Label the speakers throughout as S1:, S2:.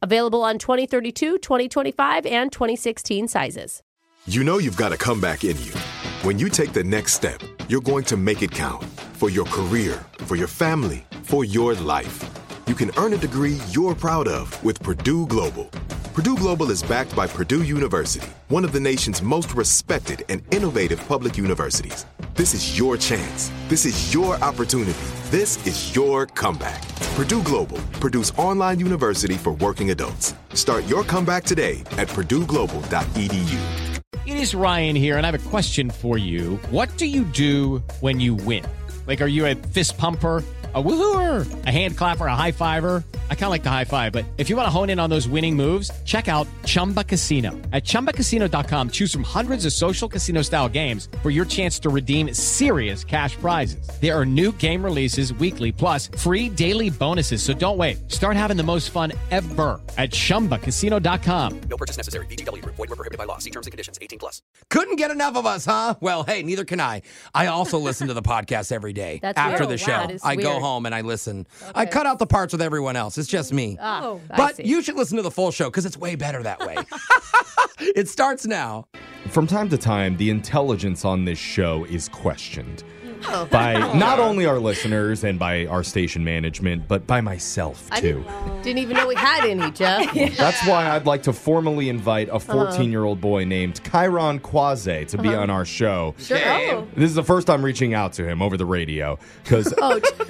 S1: Available on 2032, 2025, and 2016 sizes.
S2: You know you've got a comeback in you. When you take the next step, you're going to make it count for your career, for your family, for your life. You can earn a degree you're proud of with Purdue Global. Purdue Global is backed by Purdue University, one of the nation's most respected and innovative public universities. This is your chance. This is your opportunity. This is your comeback. Purdue Global, Purdue's online university for working adults. Start your comeback today at E purdueglobal.edu.
S3: It is Ryan here, and I have a question for you. What do you do when you win? Like, are you a fist pumper? A woohooer, a hand clapper, a high fiver. I kind of like the high five, but if you want to hone in on those winning moves, check out Chumba Casino. At chumbacasino.com, choose from hundreds of social casino style games for your chance to redeem serious cash prizes. There are new game releases weekly, plus free daily bonuses. So don't wait. Start having the most fun ever at chumbacasino.com.
S4: No purchase necessary. VGW Group. Void were prohibited by law. See terms and conditions. 18 plus.
S5: Couldn't get enough of us, huh? Well, hey, neither can I. I also listen to the podcast every day
S1: That's
S5: after the
S1: weird. Oh, wow,
S5: show.
S1: that is
S5: I go
S1: weird.
S5: home and I listen. I cut out the parts with everyone else. It's just me.
S1: Oh, I
S5: but
S1: see.
S5: you should listen to the full show because it's way better that way. it starts now.
S6: From time to time, the intelligence on this show is questioned
S1: Oh.
S6: by not only our listeners and by our station management, but by myself too.
S1: Didn't even know we had any, Jeff.
S6: That's why I'd like to formally invite a 14 year old boy named Chiron Quase to be on our show.
S1: Uh-huh. Sure. Oh.
S6: This is the first I'm reaching out to him over the radio because
S1: Oh,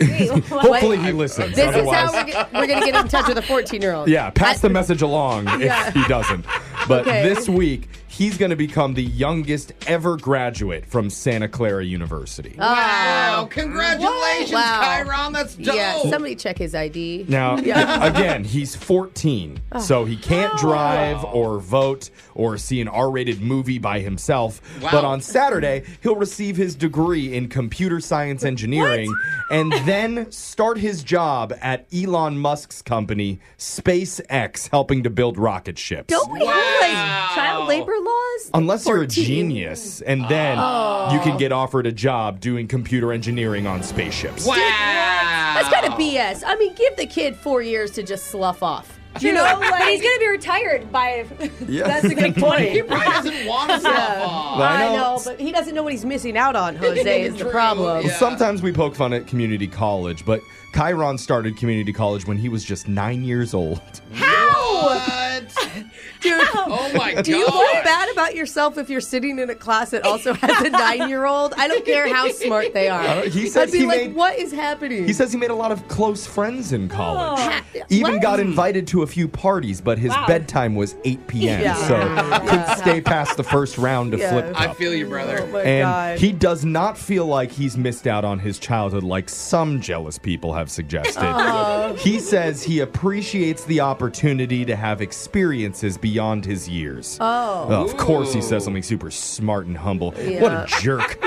S6: hopefully he listens.
S1: This is
S6: Otherwise,
S1: how we're, g- we're going to get in touch with a 14 year old.
S6: yeah, pass the message along if he doesn't. But
S1: Okay.
S6: this week, he's going to become the youngest ever graduate from Santa Clara University.
S5: Wow. Congratulations,
S1: Oh. Wow.
S5: Chiron. That's dope.
S1: Yeah, somebody check his ID.
S6: Now, again, he's 14,
S7: Oh.
S6: so he can't drive or vote or see an R rated movie by himself. But on Saturday, he'll receive his degree in computer science engineering and then start his job at Elon Musk's company, SpaceX, helping to build rocket ships.
S1: Don't we have like child labor laws?
S6: Unless you're a genius, and then
S7: Oh.
S6: you can get offered a job doing computer engineering on spaceships.
S1: That's kind of BS. I mean, give the kid four years to just slough off.
S7: You know, but he's gonna be retired by. That's a good point.
S5: Brian doesn't want to off.
S6: I know.
S1: but he doesn't know what he's missing out on, Jose, is the problem.
S6: Well, Sometimes we poke fun at community college, but Chiron started community college when he was just nine years old.
S1: Dude,
S5: Oh my god.
S1: do you feel bad about yourself if you're sitting in a class that also has a nine year old? I don't care how smart they are.
S6: don't- Uh, he said
S1: I'd be
S6: he
S1: like,
S6: made-
S1: what is happening?
S6: He says he made a lot of close friends in college.
S1: Ha-
S6: Even
S1: what?
S6: got invited to a few parties, but his bedtime was 8 p.m.,
S1: Yeah.
S6: so couldn't stay past the first round of
S1: Yeah. Oh
S6: flip cup.
S5: feel you, brother.
S1: my
S6: and he does not feel like he's missed out on his childhood like some jealous people have suggested.
S1: Oh.
S6: He says he appreciates the opportunity to have experiences beyond his years. Oh. of course he says something super smart and humble. What a jerk.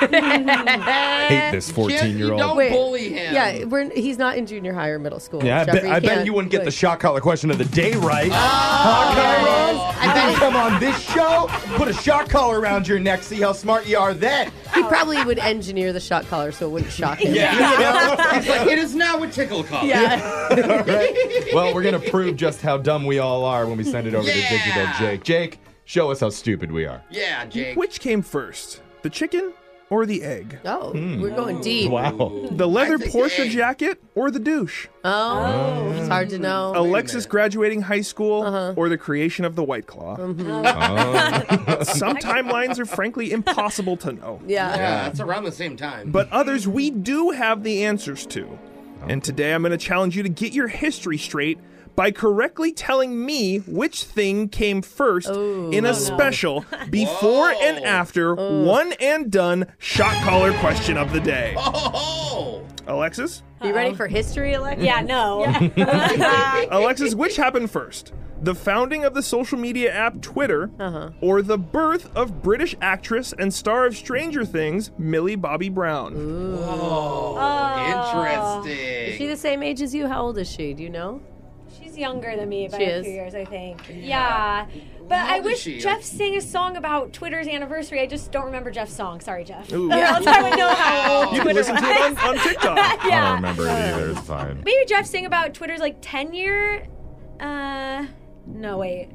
S6: Hate this 14-year-old.
S1: Wait. Yeah, we're, he's not in junior high or middle school.
S6: Yeah, I, bet-
S1: Jeffrey
S6: I bet
S1: can't- Oh,
S6: you wouldn't get the
S1: Wait.
S6: shot collar question of the day right. Huh, Cairo?
S1: I
S6: You
S1: bet-
S6: didn't come on this show? Put a shot collar around your neck, see how smart you are then.
S1: He probably would engineer the shot collar so it wouldn't shock him.
S5: it is now a tickle call.
S6: Well, we're going to prove just how dumb we all are when we send it over to Digital Jake. Jake, show us how stupid we are.
S5: Yeah, Jake.
S8: Which came first, the chicken or the egg?
S1: Oh, we're going deep.
S6: Wow.
S8: The leather
S5: think
S8: Porsche
S5: egg.
S8: jacket or the douche?
S1: Oh, it's hard to know. Uh-huh.
S8: Alexis graduating high school or the creation of the White Claw?
S1: Mm-hmm.
S8: Some timelines are frankly impossible to know.
S1: yeah.
S5: that's around the same time.
S8: But others we do have the answers to. And today I'm going to challenge you to get your history straight by correctly telling me which thing came first in a special before and after one and done shot caller question of the day.
S9: Oh!
S8: Alexis?
S1: You ready for history, Alexa?
S7: Yeah, no.
S8: Alexis, which happened first? The founding of the social media app Twitter or the birth of British actress and star of Stranger Things, Millie Bobby Brown?
S1: Is she the same age as you? How old is she? Do you know?
S7: She's younger than me by
S1: She
S7: a
S1: is.
S7: few years, I think. Yeah. But I wish Jeff sang a song about Twitter's anniversary. I just don't remember Jeff's song. Sorry, Jeff. Else I would know how old
S8: You can
S7: Twitter
S8: listen to it on, on TikTok.
S7: Yeah.
S6: I don't remember it either. It's fine.
S7: Maybe Jeff sang about Twitter's like 10 year. Uh, no, wait.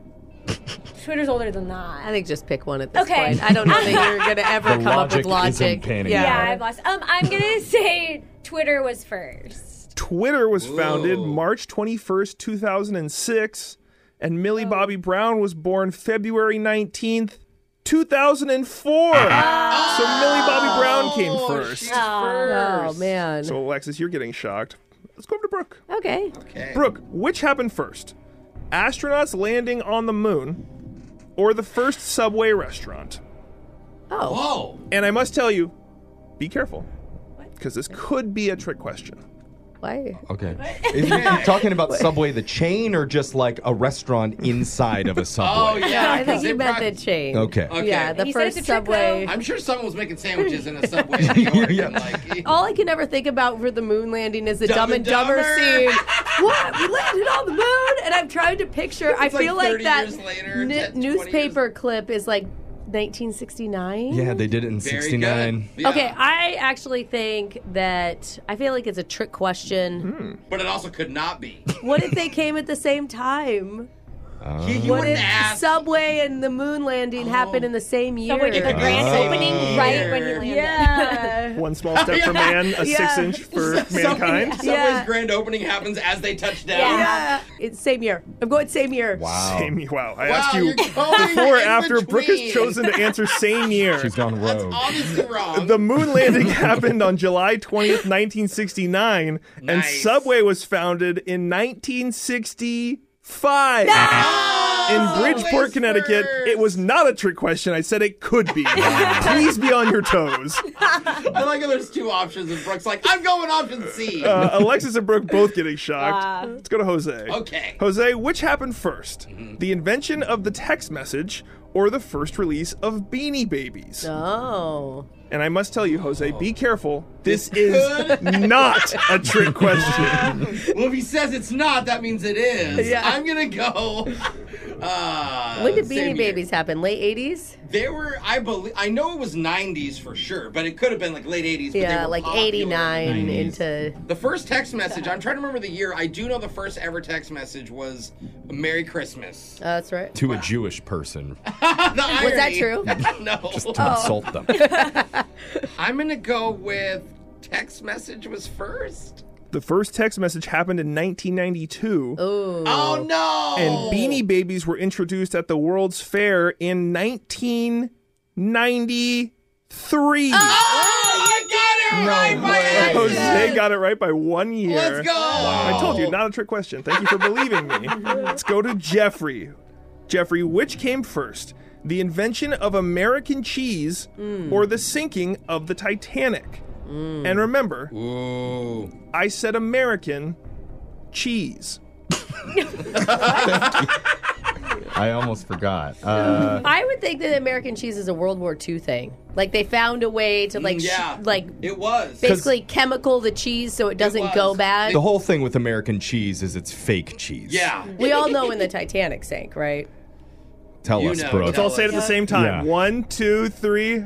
S7: Twitter's older than that.
S1: I think just pick one at this
S7: Okay.
S1: point. I don't know that you're going to ever
S6: The
S1: come up with
S6: logic isn't
S1: logic.
S6: panning
S1: yeah.
S6: out.
S7: Yeah, I've lost. Um, I'm gonna say Twitter was first.
S8: Twitter was founded March 21st, 2006, and Millie Bobby Brown was born February 19th, 2004. So Millie Bobby Brown came first.
S1: Ah. Oh, man.
S8: So, Alexis, you're getting shocked. Let's go over to Brooke.
S1: okay.
S8: Brooke, which happened first? Astronauts landing on the moon or the first subway restaurant?
S1: Oh.
S8: And I must tell you, be careful, because this could be a trick question.
S1: Why?
S6: Okay. Is he talking about Subway the chain or just like a restaurant inside of a
S9: Oh
S6: Subway?
S9: yeah,
S1: I think
S9: they
S1: you meant
S9: prob-
S1: the chain.
S6: Okay.
S1: Yeah, the
S7: He said it's
S1: first
S7: a trick,
S1: subway.
S9: I'm sure someone was making sandwiches in a subway. In New York
S6: Yeah.
S9: and like,
S1: All I can ever think about for the moon landing is the Dumb,
S9: Dumb
S1: and
S9: and
S1: Dumber,
S9: Dumber.
S1: scene. what? We landed on the moon, and I'm trying to picture. I
S9: It's like
S1: feel
S9: 30
S1: that
S9: years later,
S1: ni-
S9: 10, 20
S1: newspaper clip is like 1969.
S6: Yeah, they did it in
S9: very
S6: '69.
S9: good. Yeah.
S1: Okay, I actually think that I feel like it's a trick question.
S9: but it also could not be.
S1: What if they came at the same time?
S8: Uh,
S9: You- you
S1: What
S9: wouldn't
S1: if
S9: ask.
S1: Subway and the moon landing happened in the same year?
S7: Oh. Subway did the grand opening right when you landed.
S1: yeah.
S8: One small
S9: Oh,
S8: step for man, a
S1: Yeah.
S8: six inch for mankind.
S9: Subway's
S1: Yeah.
S9: grand opening happens as they touch down.
S7: Yeah.
S1: yeah. It's same year. I'm going same year.
S6: Wow.
S8: Same, wow, I
S9: Wow,
S8: asked you
S9: you're going
S8: before or
S9: in
S8: after. Brooke has
S9: between.
S8: chosen to answer same year.
S6: She's gone
S9: That's
S6: rogue.
S9: obviously wrong.
S8: The moon landing happened on July 20th, 1969, and
S9: Nice.
S8: Subway was founded in 1965. In Bridgeport,
S9: Subway's
S8: Connecticut, it was not a trick question. I said it could be. Please be on your toes.
S9: I like how there's two options, and Brooke's like, I'm going option C.
S8: Uh, Alexis and Brooke both getting shocked. Let's go to Jose.
S9: Okay.
S8: Jose, which happened 1st The invention of the text message or the first release of Beanie Babies?
S1: Oh.
S8: And I must tell you, Jose, be careful. This is not a trick question.
S9: well, if he says it's not, that means it is.
S1: Yeah.
S9: I'm gonna go. Uh,
S1: When did
S9: same
S1: Beanie
S9: year.
S1: Babies happen? Late 80s?
S9: They were, I believe, I know it was 90s for sure, but it could have been like late 80s. But they
S1: Yeah,
S9: were
S1: like
S9: popular.
S1: 89 into. oh,
S9: The first text message, I'm trying to remember the year. I do know the first ever text message was "Merry Christmas."
S1: Uh, that's right.
S6: To a Jewish person,
S1: Was that true?
S9: no.
S6: just to insult them.
S9: I'm gonna go with text message was first.
S8: the first text message happened in 1992,
S9: Oh no!
S8: and Beanie Babies were introduced at the World's Fair in 1993.
S9: oh, I got it right by accident.
S8: Jose got it right by one year.
S9: Let's go.
S8: I told you, not a trick question. Thank you for believing me. Let's go to Jeffrey. Jeffrey, which came first? The invention of American cheese
S9: Mm.
S8: or the sinking of the Titanic? And remember, I said American cheese.
S6: I almost forgot. Uh,
S1: I would think that American cheese is a World War II thing. Like they found a way to like sh-
S9: yeah.
S1: like
S9: It was.
S1: basically chemical the cheese so it doesn't
S9: was.
S1: go bad.
S6: the whole thing with American cheese is it's fake cheese.
S9: Yeah.
S1: we all know when the Titanic sank, right?
S6: Tell
S9: You
S6: us,
S9: know,
S6: bro.
S9: Let's
S8: Let's all say it at the same time.
S6: Yeah.
S8: One, two, three.
S1: April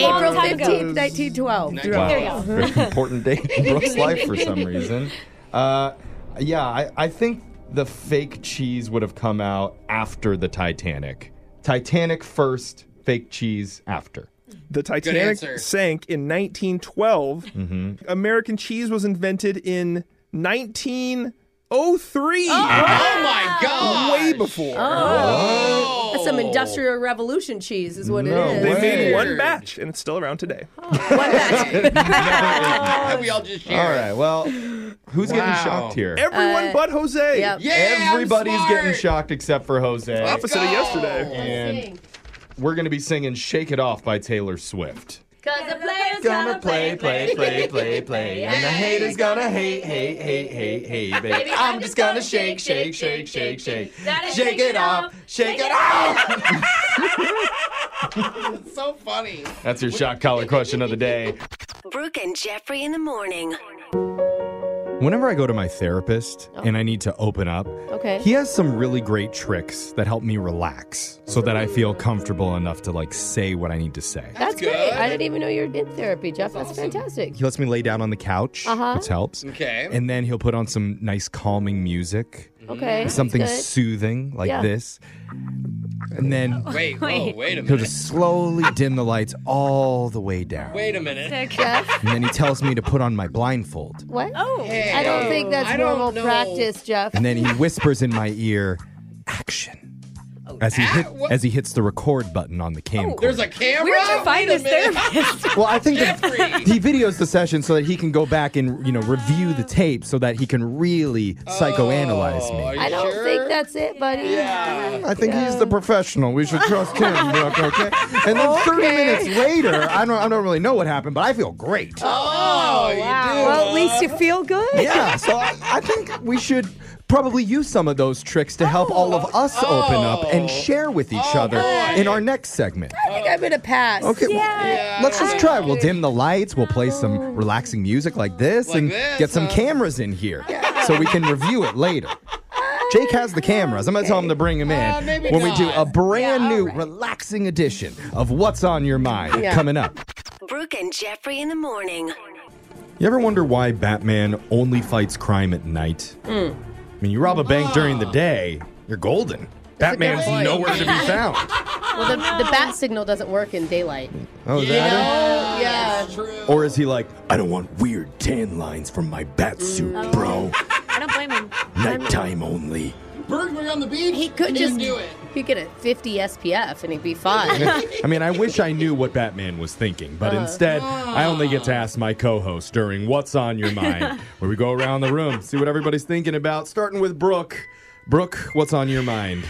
S7: long time ago.
S1: 15th, 1912.
S6: Wow.
S7: Oh, There you go.
S6: Very important date in Brooke's life for some reason. Uh, yeah, I, I think the fake cheese would have come out after the Titanic. Titanic first, fake cheese after.
S8: The
S9: answer.
S8: Titanic sank in
S6: Mm-hmm.
S8: 1912. American cheese was invented in 19.
S9: Oh
S8: 03.
S6: Ah.
S9: my god!
S8: Way before.
S1: Oh.
S5: That's some industrial revolution cheese, is what
S6: No
S5: it is.
S8: They
S6: way.
S8: made one
S9: Weird.
S8: batch, and it's still around today.
S5: Oh, One batch.
S9: we all just shared.
S6: All right. Well, who's getting
S9: Wow.
S6: shocked here?
S8: Everyone but Jose.
S5: Uh, yep.
S9: Yeah, I'm
S6: Everybody's
S9: smart.
S6: getting shocked except for Jose.
S8: Opposite of
S9: Go.
S8: yesterday.
S6: and we're going to be singing Shake It Off by Taylor Swift.
S5: Cause the players gonna play, play,
S6: play, play, play. And the haters gonna hate, hate, hate, hate, hate, baby. I'm just gonna shake, shake, shake, shake, shake.
S5: Gotta
S6: Shake it off, shake it off.
S9: It's so funny.
S6: That's your shock collar question of the day.
S10: Brooke and Jeffrey in the morning.
S6: Whenever I go to my therapist and I need to open up,
S5: Oh. Okay.
S6: he has some really great tricks that help me relax so that I feel comfortable enough to like say what I need to say.
S5: That's great. I didn't even know you were in therapy, Jeff. That's, fantastic.
S6: He lets me lay down on the couch,
S5: Uh-huh.
S6: which helps.
S9: Okay.
S6: And then he'll put on some nice calming music,
S5: Okay.
S6: something
S5: Good.
S6: soothing like
S5: Yeah.
S6: this. And then
S9: Wait, whoa, wait a
S6: he'll
S9: minute.
S6: just slowly dim the lights all the way down.
S9: Wait a minute.
S5: Jeff,
S6: And then he tells me to put on my blindfold.
S5: what? Oh. I don't think that's
S9: I don't
S5: normal
S9: know.
S5: practice, Jeff.
S6: And then he whispers in my ear, "Action."
S9: Oh,
S6: As he hit,
S9: what?
S6: as he hits the record button on the camcorder.
S9: There's a camera.
S1: Where'd you find
S9: Wait a
S1: this
S9: minute.
S1: therapist?
S6: well, I think
S9: Jeffrey!
S6: that he videos the session so that he can go back and you know review the tape so that he can really psychoanalyze
S9: Are
S6: me.
S9: you
S5: I don't
S9: sure?
S5: think that's it, buddy.
S9: Oh, Yeah.
S6: I think he's the professional. We should trust him, Brooke, okay? And then 30 minutes later, I don't, I don't really know what happened, but I feel great.
S9: Oh, you do.
S1: Well, at least you feel good.
S6: Yeah, so I, I think we should probably use some of those tricks to help all of
S9: Oh.
S6: us open up and share with each other in our next segment.
S5: I think I'm gonna pass.
S6: Okay, well,
S9: Yeah,
S6: let's
S9: I
S6: just try. We'll dim the lights. We'll play some relaxing music like this
S9: Like
S6: and
S9: this,
S6: get some
S9: huh?
S6: cameras in here so we can review it later. Jake has the cameras. I'm going to tell him to bring them in
S9: Uh, maybe
S6: when we do
S9: not.
S6: a brand new relaxing edition of What's on Your Mind
S5: Yeah.
S6: coming up.
S10: Brooke and Jeffrey in the morning.
S6: You ever wonder why Batman only fights crime at night?
S10: Hmm.
S6: I mean, you rob a bank during the day, you're golden. Batman's
S9: point.
S6: nowhere to be found.
S5: Well, the, the bat signal doesn't work in daylight.
S6: Oh, is that it?
S5: Oh, yeah.
S9: It's true.
S6: Or is he like, I don't want weird tan lines from my bat suit, bro.
S1: I don't blame him.
S6: Nighttime only.
S9: Burglary on the beach.
S5: He could
S9: You
S5: just
S9: do it.
S5: He could get a 50 SPF and he'd be fine.
S6: I mean, I wish I knew what Batman was thinking, but
S9: Uh.
S6: instead,
S9: Ah.
S6: I only get to ask my co host during What's on Your Mind, where we go around the room, see what everybody's thinking about, starting with Brooke. Brooke, what's on your mind?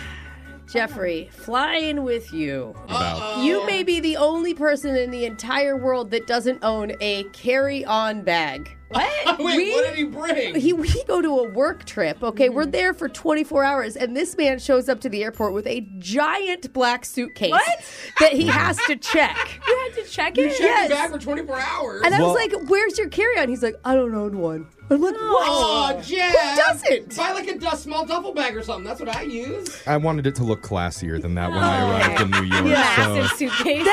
S5: Jeffrey, flying with you.
S6: About
S1: Oh.
S5: You may be the only person in the entire world that doesn't own a carry-on bag. What?
S9: Wait, what did he bring?
S5: he, we go to a work trip, okay? We're
S1: Hmm.
S5: there for 24 hours, and this man shows up to the airport with a giant black suitcase
S1: What?
S5: that he has to check.
S1: You had to check it?
S9: Check it back for 24 hours.
S5: And I
S6: Well-
S5: was like, Where's your carry on? He's like, I don't own one. I'm like, What?
S9: Oh, Jeff.
S5: Who doesn't?
S9: Buy like a dust small duffel bag or something. That's what I use.
S6: I wanted it to look classier than that when
S9: Oh.
S6: I arrived in New York.
S1: Massive
S6: so-
S1: suitcase.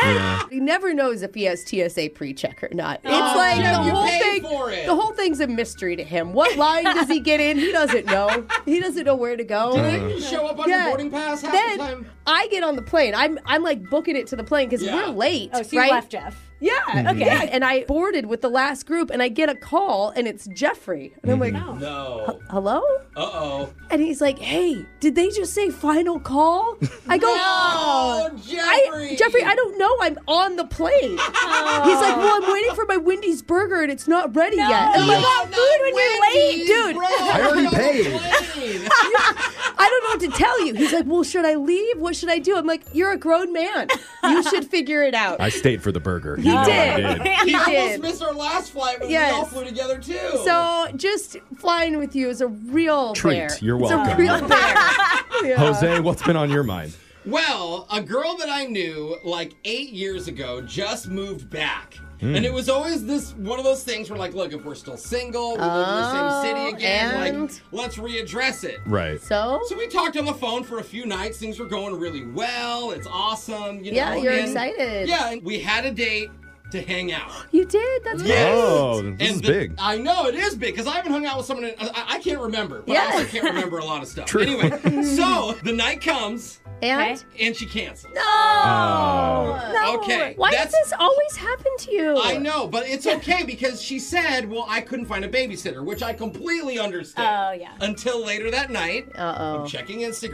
S5: He never knows if he has TSA pre-check or not. It's
S9: Oh,
S5: like
S9: Jim,
S5: the
S9: you
S5: whole
S9: paid
S5: thing.
S9: for it.
S5: The whole thing's a mystery to him. What line does he get in? He doesn't know. He doesn't know where to go.
S9: Then you show up on
S5: Yeah.
S9: your boarding pass half the
S5: Then
S9: time.
S5: I get on the plane. I'm I'm like booking it to the plane because
S9: Yeah.
S5: we're late.
S1: Oh, so you
S5: right?
S1: left Jeff.
S5: Yeah.
S6: Mm-hmm.
S5: Okay. And I boarded with the last group, and I get a call, and it's Jeffrey, and I'm like,
S9: No.
S5: "Hello?"
S9: Uh oh.
S5: And he's like, "Hey, did they just say final call?" I go,
S9: Oh, Jeffrey.
S5: I, Jeffrey, I don't know. I'm on the plane. He's like, well, I'm waiting for my Wendy's burger and it's not ready yet. I'm like, "Oh,
S9: Not
S1: food when you're late,
S9: Wendy's,
S5: dude.
S9: bro.
S6: I already
S9: You're on
S6: paid.
S9: the plane.
S5: I don't know what to tell you. He's like, well, should I leave? What should I do? I'm like, you're a grown man. You should figure it out.
S6: I stayed for the burger.
S5: He
S6: You know I
S5: did.
S9: He
S5: He
S9: almost
S5: did.
S9: missed our last flight when
S5: Yes.
S9: we all flew together too.
S5: So just flying with you is a real
S6: Treat.
S5: bear.
S6: You're
S5: It's a
S6: welcome.
S5: real bear.
S6: Jose, what's been on your mind?
S9: Well, a girl that I knew like eight years ago just moved back.
S6: Hmm.
S9: And it was always this one of those things where, like, look, if we're still single, we live in the same city again,
S5: Oh, and-
S9: like, let's readdress it.
S6: Right.
S5: So,
S9: So we talked on the phone for a few nights. Things were going really well. It's awesome. You
S5: Yeah,
S9: know,
S5: you're
S9: and-
S5: excited.
S9: Yeah, and we had a date to hang out.
S5: you did? That's
S9: Yes.
S6: Oh, this
S9: And
S6: is
S9: the-
S6: big.
S9: I know it is big because I haven't hung out with someone. In, I, I can't remember, but I
S5: Yeah.
S9: also can't remember a lot of stuff. Anyway, so the night comes.
S5: And?
S9: And she canceled.
S5: Oh. No!
S9: No. Oh. Okay,
S5: Why
S9: that's-
S5: does this always happen to you?
S9: I know, but it's okay because she said, "Well, I couldn't find a babysitter," which I completely understand.
S7: Oh, yeah.
S9: Until later that night,
S5: Uh
S9: I'm checking Instagram.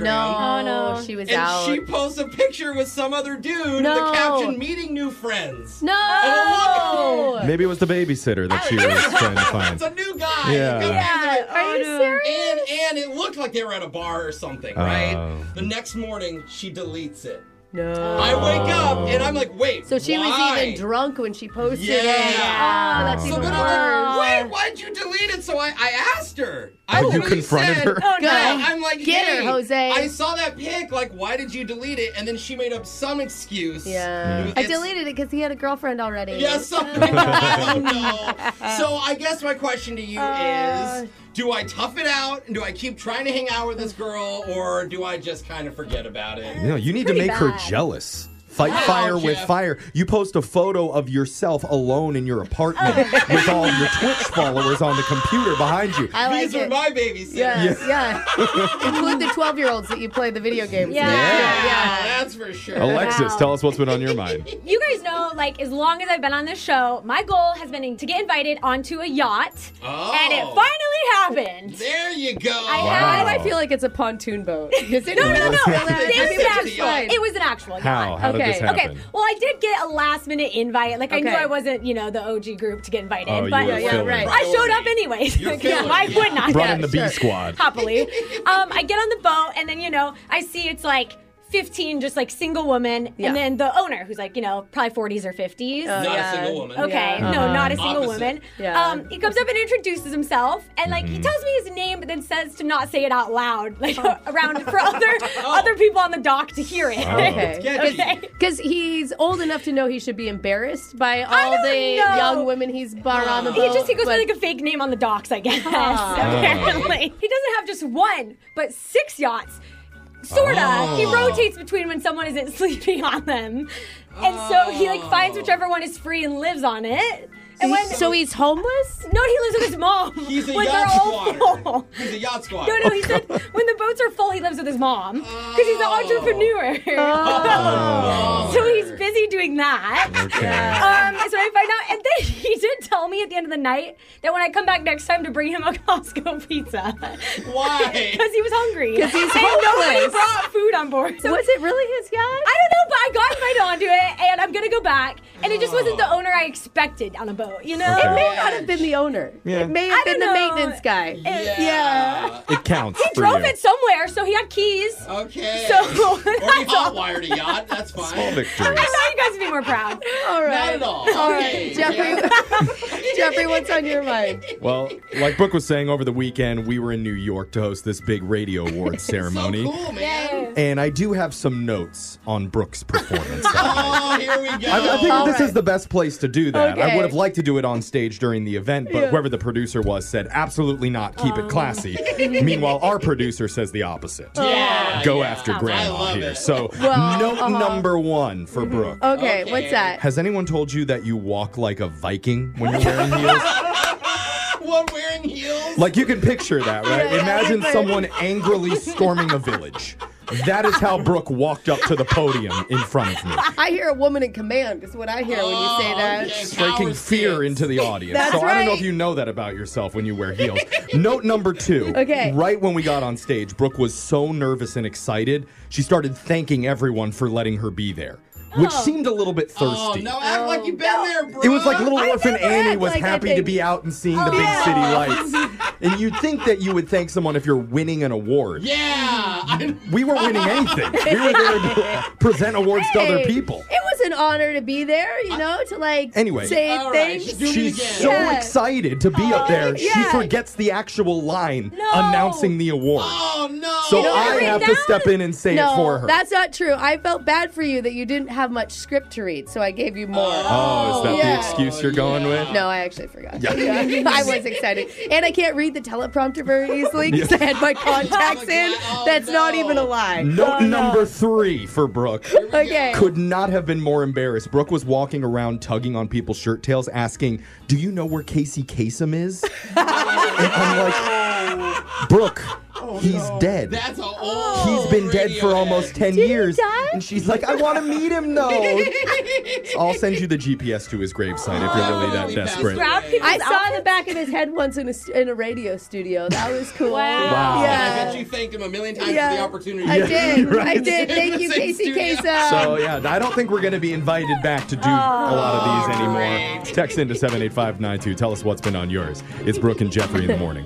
S5: No, she was
S9: and
S5: out.
S9: she posts a picture with some other dude.
S5: No.
S9: The caption: "Meeting new friends."
S5: no!
S6: Maybe it was the babysitter that she was trying to find.
S9: It's Oh, a new guy.
S6: Yeah.
S9: Come
S5: Yeah,
S9: in.
S5: are you serious?
S9: And and it looked like they were at a bar or something, right?
S6: Oh.
S9: The next morning, she deletes it.
S5: No.
S9: I wake up and I'm like, wait.
S5: So she was
S9: why?
S5: even drunk when she posted
S9: Yeah.
S5: it. Oh, that's
S9: So
S5: even
S9: then
S5: worse.
S9: I'm like, wait, why'd you delete it? So I, I asked her. I
S6: Oh, you
S9: literally
S6: confronted
S9: said,
S6: her? Oh,
S5: no.
S9: Yeah, I'm like,
S5: Get her,
S9: hey,
S5: Jose.
S9: I saw that pic. Like, why did you delete it? And then she made up some excuse.
S5: Yeah. I
S6: Mm.
S9: It's-
S5: deleted it because he had a girlfriend already.
S9: Yeah, something. I don't know. So I guess my question to you is: Do I tough it out? And do I keep trying to hang out with this girl, or do I just kind of forget about
S6: You
S9: it?
S6: know, you need to
S7: pretty
S6: make her
S7: bad.
S6: jealous. Fight
S9: Wow,
S6: fire with
S9: Jeff.
S6: fire. You post a photo of yourself alone in your apartment with all your Twitch followers on the computer behind you.
S5: I like
S9: These are
S5: it.
S9: my babysitters.
S5: yeah, yeah. Include the 12 year olds that you play the video games
S7: Yeah.
S5: with.
S9: Yeah,
S5: Yeah.
S9: that's for sure.
S6: Alexis,
S7: Wow.
S6: tell us what's been on your mind.
S7: You guys know, like, as long as I've been on this show, my goal has been to get invited onto a yacht.
S9: Oh.
S7: And it finally happened.
S9: There you go.
S7: I
S5: Why
S7: had
S5: do I feel like it's a pontoon boat? Is it no,
S7: No, no,
S5: I
S7: no.
S5: mean,
S7: This is
S5: that's
S7: actual.
S5: fine.
S7: It was an actual
S6: How?
S7: yacht.
S6: How did this
S5: Okay.
S6: happen?
S7: Okay. Well, I did get a last minute invite. Like I knew
S5: Okay.
S7: I wasn't, you know, the OG group to get invited,
S6: Oh, you
S7: but
S6: were Yeah,
S5: yeah, filling right. it.
S7: I showed up anyways.
S9: You're
S7: Yeah,
S9: filling
S7: Why
S9: it,
S7: would
S9: yeah.
S7: not?
S6: Brought
S5: Yeah,
S6: in the
S5: sure.
S6: B squad.
S7: Happily, um, I get on the boat and then you know I see it's like. 15 just like single woman
S5: Yeah.
S7: and then the owner who's like you know probably 40s or 50s
S9: Not
S5: yeah.
S9: a single woman.
S7: Okay,
S5: Yeah.
S6: Uh-huh.
S7: no, not a single
S9: Opposite.
S7: woman.
S5: Yeah.
S7: Um, he comes up and introduces himself, and like he tells me his name, but then says to not say it out loud, like around for other other people on the dock to hear it.
S5: Okay.
S9: Sketchy.
S5: Because he's old enough to know he should be embarrassed by all
S7: don't
S5: the
S7: know.
S5: young women he's bar on the
S7: He
S5: boat.
S7: just he goes
S5: but-
S7: with like a fake name on the docks, I guess. Apparently, he doesn't have just one, but six yachts. Sorta. He rotates between when someone isn't sleeping on them, and so he like finds whichever one is free and lives on it. And when
S5: so he's homeless?
S7: no, he lives with his mom.
S9: He's a
S7: when they're
S9: yacht
S7: all
S9: squatter.
S7: full.
S9: He's a yacht squatter.
S7: No, no, he said when the boats are full, he lives with his mom because he's an
S5: Oh.
S7: entrepreneur. so he's busy doing that.
S6: Okay.
S7: Um, so I find out, and then he did tell me at the end of the night that when I come back next time to bring him a Costco pizza because
S9: Why?
S7: he was hungry. Because
S5: he's
S7: and nobody
S5: homeless.
S7: brought food on board. So
S5: Was it really his yacht?
S7: I don't know, but I got invited onto it, and I'm gonna go back. And it just wasn't the owner I expected on a boat, you know?
S5: It may not have been the owner.
S6: Yeah.
S5: It may
S7: I
S5: have been the
S7: don't know.
S5: maintenance guy.
S9: Yeah. Uh,
S6: It counts.
S7: He
S6: for
S7: drove
S6: you.
S7: it somewhere, so he had keys.
S9: Okay.
S7: So-
S9: or he hotwired a yacht. That's
S6: Small
S9: fine.
S6: victories.
S7: I thought you guys would be more proud.
S5: All right.
S9: Not at all.
S5: All
S9: Okay,
S5: right, Jeffrey.
S9: yeah.
S5: Jeffrey, what's on your mind?
S6: Well, like Brooke was saying over the weekend, we were in New York to host this big radio awards
S9: So
S6: ceremony.
S9: cool, man.
S6: And I do have some notes on Brooke's performance.
S9: Oh, here we go.
S6: I, I think
S5: All
S6: this
S5: right.
S6: is the best place to do that. I
S5: Okay.
S6: would have liked to do it on stage during the event, but whoever the producer was said, absolutely not, keep
S5: Oh.
S6: it classy. Meanwhile, our producer says the opposite.
S5: Oh.
S9: yeah,
S6: Go
S9: yeah.
S6: after
S9: I
S6: grandma
S9: love
S6: here.
S9: it.
S6: So,
S5: Well,
S6: note
S5: uh-huh. Mm-hmm.
S6: number one for Brooke.
S5: Okay,
S9: Okay.
S5: what's that?
S6: Has anyone told you that you walk like a Viking when you're wearing heels?
S9: One wearing heels.
S6: Like you can picture that, right?
S5: yeah,
S6: Imagine
S5: but-
S6: someone angrily storming a village. That is how Brooke walked up to the podium in front of me,
S5: I hear a woman in command is what I hear when you say that.
S9: Oh, okay.
S6: striking
S9: Power
S6: fear
S9: stance.
S6: into the audience.
S5: That's
S6: so I don't know
S5: right.
S6: if you know that about yourself when you wear heels. Note number two.
S5: Okay.
S6: Right when we got on stage, Brooke was so nervous and excited, she started thanking everyone for letting her be there, which seemed a little bit
S9: oh,
S6: thirsty.
S9: no, act like you've been there, bro.
S6: It was like little
S5: I
S6: orphan
S5: never
S6: Annie
S5: act
S6: was
S5: like I
S6: happy to
S5: think- Oh,
S6: be out and seeing the big
S5: yeah.
S6: city lights. and you'd think that you would thank someone if you're winning an award.
S9: Yeah. uh, I,
S6: We weren't winning anything. We were there to present awards to other
S5: Hey,
S6: people.
S5: It was an honor to be there, you know, to like
S6: Anyway.
S5: say
S9: All right,
S5: thanks.
S9: she's doing-
S6: She's
S9: again.
S6: so
S5: Yeah. Oh,
S6: excited to be up there, she
S5: yeah.
S6: forgets the actual line announcing the award.
S9: oh no.
S6: so
S5: know
S6: I
S5: what I
S6: have to
S5: found?
S6: step in and say
S5: no,
S6: it for her.
S5: that's not true. I felt bad for you that you didn't have much script to read, so I gave you more.
S6: oh, is that
S5: Yeah.
S6: the excuse you're going with?
S5: No, I actually forgot. Yeah. I was excited. And I can't read the teleprompter very easily because I had my contacts in.
S9: Oh,
S5: That's not
S9: no.
S5: even a lie.
S6: Note number three for Brooke.
S5: Oh, Okay.
S6: Could not have been more embarrassed. Brooke was walking around tugging on people's shirt tails, asking, Do you know where Casey Kasem is? and I'm like, Brooke,
S5: Oh,
S6: He's dead.
S9: That's a old.
S6: He's been dead for
S9: Radiohead.
S6: almost 10 years. And she's like, I want to meet him though. I'll send you the GPS to his gravesite if you're really that desperate.
S1: I saw the back of his head once in a, st- in a radio studio. That was cool.
S6: Wow.
S9: I
S1: Yeah.
S9: bet you thanked him a million times for
S1: Yeah.
S9: the opportunity.
S1: I did. I
S6: Right.
S1: did. Thank you,
S9: Same
S1: Casey
S9: studio.
S1: Kasem.
S6: So yeah, I don't think we're going to be invited back to do a lot of these anymore. Text into 78592. Tell us what's been on yours. It's Brooke and Jeffrey in the morning.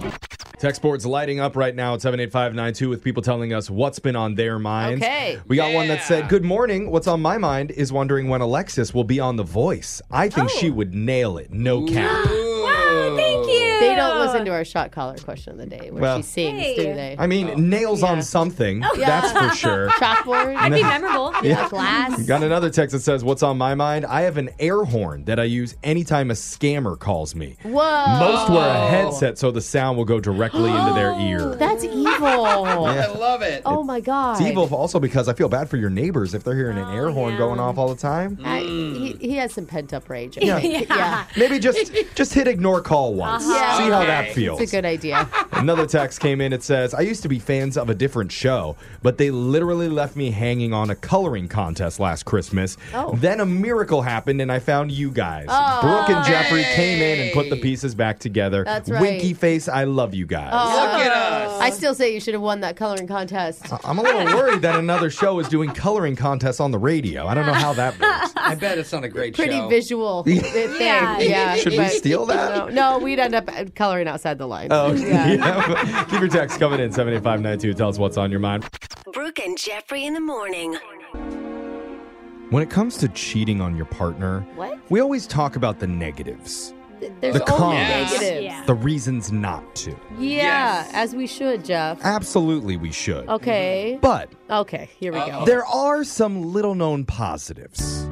S6: Text board's lighting up right now at 78592 with people telling us what's been on their minds.
S1: Okay.
S6: We got one that said, Good morning. What's on my mind is wondering when Alexis will be on The Voice. I think she would nail it. No cap.
S7: Wow, thank you.
S1: They don't listen to our shot caller question of the day where
S6: Well-
S1: she sings, do they?
S6: I mean, nails on something.
S5: Oh,
S6: That's for sure.
S1: Chalkboard,
S7: Oh, That'd be memorable.
S1: yeah. glass.
S6: Got another text that says, What's on my mind? I have an air horn that I use anytime a scammer calls me.
S1: Whoa.
S6: Most wear
S7: Oh.
S6: a headset so the sound will go directly into their ear.
S1: That's evil.
S9: I love it.
S1: Oh my god.
S6: It's evil also because I feel bad for your neighbors if they're hearing
S7: Oh,
S6: an air horn going off all the time.
S1: I, he,
S9: Mm.
S1: he has some pent up rage. I
S6: Yeah.
S1: think. yeah.
S6: Maybe just just hit ignore call once.
S1: Yeah.
S7: Uh-huh.
S6: See how
S9: Okay.
S6: that feels.
S1: It's a good idea.
S6: Another text came in. It says, I used to be fans of a different show, but they literally left me hanging on a coloring contest last Christmas.
S1: Oh.
S6: Then a miracle happened, and I found you guys. Brooke and Jeffrey came in and put the pieces back together.
S1: That's right. Oh.
S6: Winky face, I love you guys. Uh,
S9: Look at us.
S1: Uh, I still say you should have won that coloring contest.
S6: I'm a little worried that another show is doing coloring contests on the radio. I don't know how that works.
S9: I bet it's not a great
S1: Pretty
S9: show.
S1: visual thing. Yeah.
S6: Should we
S1: but-
S6: steal that?
S1: No, no, we'd end up coloring outside the lines.
S6: Oh, yeah. Keep your text coming in 78592. Tell us what's on your mind.
S10: Brooke and Jeffrey in the morning.
S6: When it comes to cheating on your partner,
S1: What?
S6: we always talk about the negatives,
S1: There's
S6: The
S1: only
S6: cons.
S1: negatives.
S7: Yeah.
S6: the reasons not to.
S1: Yeah,
S9: Yes.
S1: as we should, Jeff.
S6: Absolutely, we should.
S1: Okay.
S6: But
S1: Okay, here we go.
S6: there are some little known positives.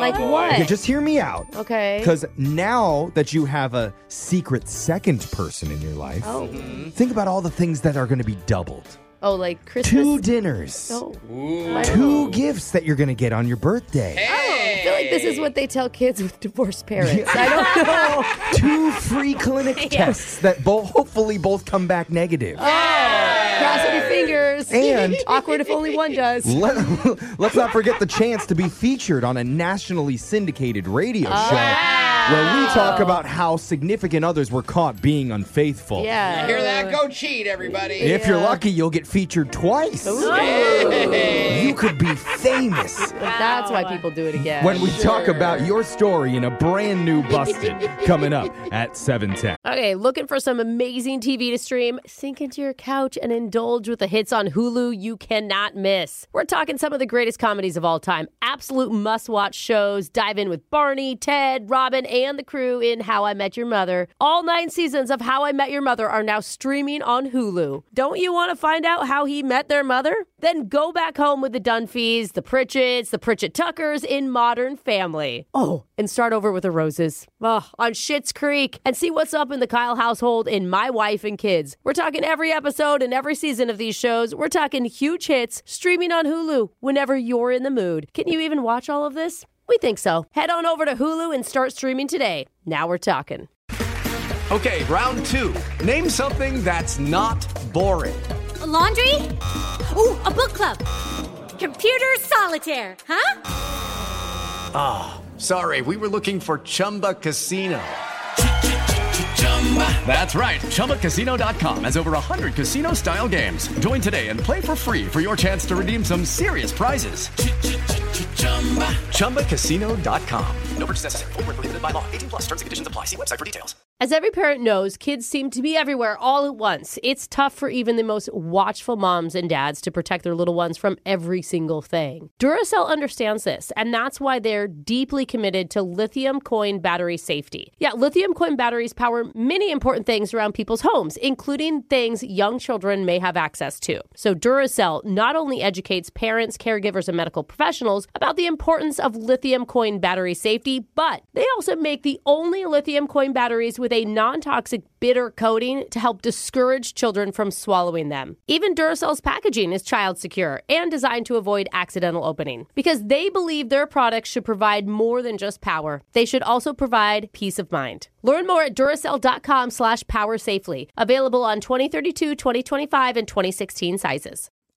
S1: Like what?
S6: Okay, just hear me out.
S1: Okay.
S6: Because now that you have a secret second person in your life,
S1: Oh.
S6: think about all the things that are going to be doubled
S1: Oh, like Christmas.
S6: two dinners,
S1: Oh.
S9: Ooh.
S6: two gifts that you're going to get on your birthday.
S1: I feel like this is what they tell kids with divorced parents. I don't know.
S6: two free clinic tests that both hopefully both come back negative.
S1: Crossing your fingers.
S6: And-
S1: awkward if only one does.
S6: Let, us not forget the chance to be featured on a nationally syndicated radio show where we talk about how significant others were caught being unfaithful.
S1: Yeah.
S9: Hear that? Go cheat, everybody.
S6: If you're lucky, you'll get featured twice. You could be famous
S1: That's why people do it again.
S6: when we talk about your story in a brand new Busted coming up at 710.
S1: Okay, looking for some amazing TV to stream? Sink into your couch and indulge with the hits on Hulu you cannot miss. We're talking some of the greatest comedies of all time, absolute must watch shows. Dive in with Barney, Ted, Robin, and the crew in How I Met Your Mother. All nine seasons of How I Met Your Mother are now streaming on Hulu. Don't you want to find out how he met their mother? Then go back home with the Dunphys, the Pritchett's, the Pritchett Tuckers in Modern Family. Oh, and start over with the Roses. Ugh, on Schitt's Creek and see what's up in the Kyle household in My Wife and Kids. We're talking every episode and every season of these shows. We're talking huge hits streaming on Hulu whenever you're in the mood. Can you even watch all of this? We think so. Head on over to Hulu and start streaming today. Now we're talking.
S11: Okay, round two. Name something that's not boring.
S7: A laundry? Ooh, a book club. Computer solitaire, huh?
S11: Ah, Sorry, we were looking for Chumba Casino. That's right. ChumbaCasino.com has over 100 casino style games. Join today and play for free for your chance to redeem some serious prizes. ChumbaCasino.com. No purchase necessary. Void where prohibited by law. 18 plus terms and conditions apply. See website for details.
S1: As every parent knows, kids seem to be everywhere all at once. It's tough for even the most watchful moms and dads to protect their little ones from every single thing. Duracell understands this, and that's why they're deeply committed to lithium coin battery safety. Yeah, lithium coin batteries power many important things around people's homes, including things young children may have access to. So Duracell not only educates parents, caregivers, and medical professionals about the importance of lithium coin battery safety, but they also make the only lithium coin batteries with
S5: with a non-toxic bitter coating to help discourage children from swallowing them. Even Duracell's packaging is child secure and designed to avoid accidental opening because they believe their products should provide more than just power. They should also provide peace of mind. Learn more at Duracell.com slash power safely. Available on 2032, 2025, and 2016 sizes.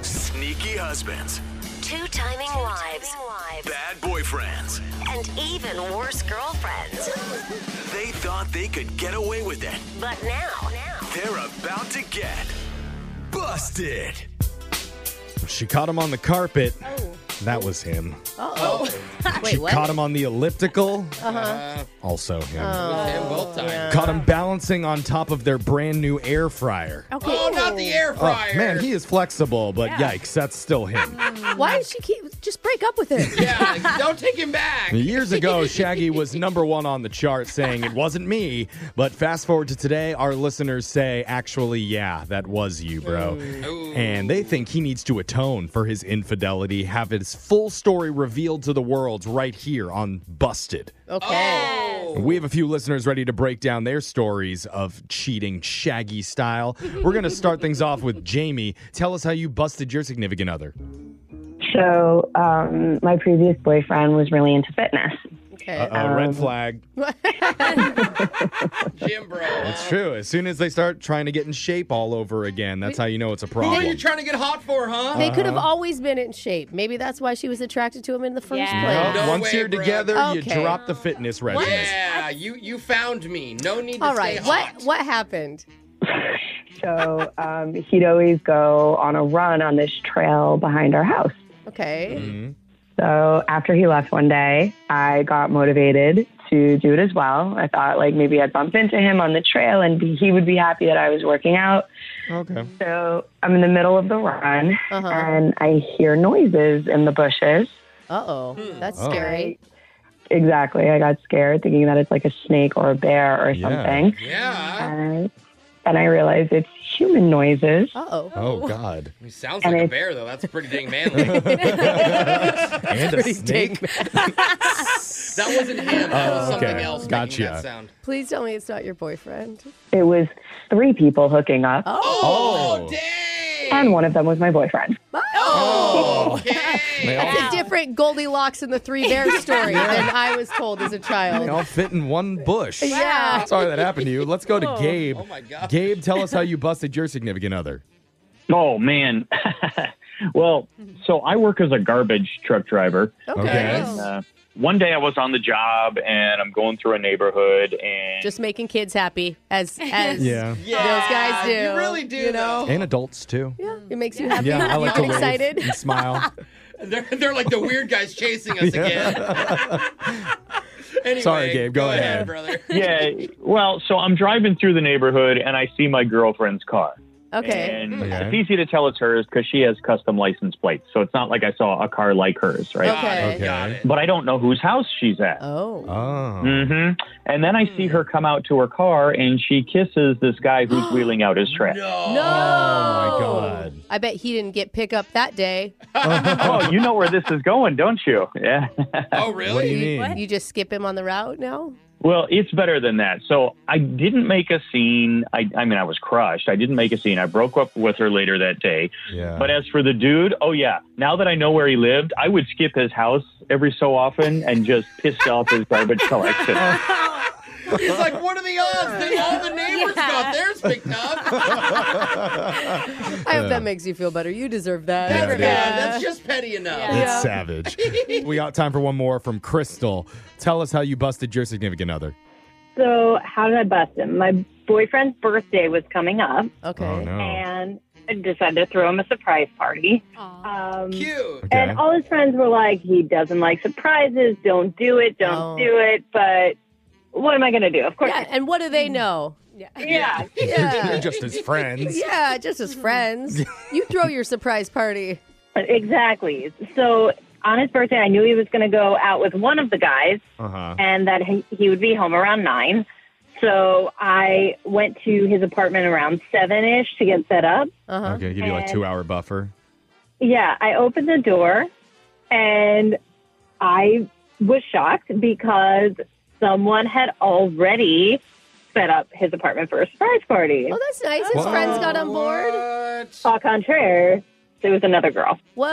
S12: Sneaky husbands,
S10: Two timing wives.
S12: bad boyfriends.
S10: And even worse girlfriends.
S12: They thought they could get away with it.
S10: But now,
S12: They're about to get busted.
S6: She caught him on the carpet. That was him.
S5: Uh-oh.
S6: she caught him on the elliptical.
S5: Uh-huh.
S6: Also him.
S9: both times.
S6: Caught him balancing on top of their brand new air fryer.
S9: Oh, not the air
S6: Oh,
S9: fryer.
S6: man, he is flexible, but
S9: Yeah.
S6: yikes, that's still him.
S5: Why does she keep just break up with him?
S9: yeah, like, don't take him back.
S6: Years ago, Shaggy was number one on the chart saying it wasn't me. But fast forward to today, our listeners say, actually, yeah, that was you, bro.
S9: Mm.
S6: And they think he needs to atone for his infidelity, have his full story revealed to the world right here on Busted.
S9: Oh.
S5: Okay.
S6: We have a few listeners ready to break down their stories of cheating Shaggy style. We're going to start things off with Jamie. Tell us how you busted your significant other.
S13: So, um, my previous boyfriend was really into fitness.
S5: Okay.
S6: Uh-oh, red flag.
S9: Um, Jim, bro.
S6: It's true. As soon as they start trying to get in shape all over again, that's how you know it's a
S9: Who are you
S6: problem. Uh-huh.
S9: trying to get hot for, huh?
S5: They could have always been in shape. Maybe that's why she was attracted to him in the first place.
S6: Well, once
S9: way,
S6: you're
S9: bro.
S6: together,
S5: Okay.
S6: you drop the fitness regimen.
S9: Yeah, you you found me. No need to
S5: All
S9: stay
S5: right.
S9: hot.
S5: What what happened?
S13: So, um, he'd always go on a run on this trail behind our house.
S5: Okay.
S6: Mm-hmm.
S13: So, after he left one day, I got motivated to do it as well. I thought, like, maybe I'd bump into him on the trail and be, he would be happy that I was working out.
S6: Okay.
S13: So, I'm in the middle of the run and I hear noises in the bushes.
S5: Uh oh.
S9: Hmm.
S5: That's
S13: Oh.
S5: scary.
S13: Exactly. I got scared thinking that it's like a snake or a bear or
S5: Yeah.
S13: something.
S9: Yeah.
S13: And then I realized it's human noises.
S5: Uh oh.
S6: Oh God.
S9: He sounds
S13: And
S9: like a
S13: it's-
S9: bear, though. That's pretty dang manly.
S6: And a Pretty snake.
S9: that wasn't him. That was
S6: Oh,
S9: something
S6: okay.
S9: else.
S6: Gotcha.
S9: Making that sound.
S5: Please tell me it's not your boyfriend.
S13: It was three people hooking up.
S5: Oh.
S13: And one of them was my boyfriend.
S5: Oh.
S6: They all,
S5: That's a different Goldilocks and the Three Bears story than I was told as a
S6: they
S5: child.
S6: all fit in one bush.
S5: Yeah.
S6: Sorry that happened to you. Let's go to
S5: Oh.
S6: Gabe.
S5: Oh, my gosh.
S6: Gabe, tell us how you busted your significant other.
S14: Oh man. well, so I work as a garbage truck driver.
S5: Okay.
S14: And, uh, one day I was on the job and I'm going through a neighborhood and
S5: Just making kids happy, as as
S6: Yeah.
S5: those guys do.
S9: you really do,
S5: You know,
S6: And adults too.
S5: yeah, it makes you happy.
S6: Yeah, I
S5: you
S6: like to
S5: get
S6: wave
S5: excited.
S6: and smile.
S9: They're, they're like the weird guys chasing us again. anyway,
S14: Sorry, Gabe. Go ahead.
S9: brother.
S14: yeah, well, so I'm driving through the neighborhood and I see my girlfriend's car.
S5: Okay.
S14: And
S5: Okay.
S14: it's easy to tell it's hers because she has custom license plates. So it's not like I saw a car like hers, right?
S5: Okay.
S14: But I don't know whose house she's at.
S5: Oh.
S14: hmm And then I see her come out to her car and she kisses this guy who's wheeling out his trash.
S5: No. Oh my god. I bet he didn't get pickup that day.
S14: oh, you know where this is going, don't you? Yeah.
S9: Oh, really?
S5: You just skip him on the route now?
S14: Well, it's better than that. So I didn't make a scene. I, I mean, I was crushed. I didn't make a scene. I broke up with her later that day.
S6: Yeah.
S14: But as for the dude, oh, yeah. Now that I know where he lived, I would skip his house every so often and just piss off his garbage collection.
S9: It's like, what are the odds that all the neighbors got theirs picked up?
S5: I hope that makes you feel better. You deserve that.
S6: Yeah, it
S9: Yeah, that's just petty enough.
S6: It's savage. we got time for one more from Crystal. Tell us how you busted your significant other.
S15: So, how did I bust him? My boyfriend's birthday was coming up.
S5: Okay.
S6: Oh, no.
S15: And I decided to throw him a surprise party. Um,
S9: Cute.
S15: And all
S7: Oh.
S15: his friends were like, he doesn't like surprises. Don't do it. Don't do it. But what am I going to do? Of course.
S1: Yeah, and what do they know? Yeah.
S15: Yeah.
S1: Yeah.
S6: just as friends.
S1: Yeah, just as friends. You throw your surprise party.
S15: Exactly. So on his birthday, I knew he was going to go out with one of the guys
S6: Uh-huh.
S15: and that he he would be home around nine. So I went to his apartment around seven ish to get set up.
S1: Uh-huh.
S6: Okay, give you like
S15: And-
S6: two hour buffer.
S15: Yeah, I opened the door and I was shocked because someone had already set up his apartment for a surprise party.
S1: Oh, that's nice. His
S15: Whoa.
S1: friends got on board.
S15: Au contraire, it was another girl.
S1: Whoa.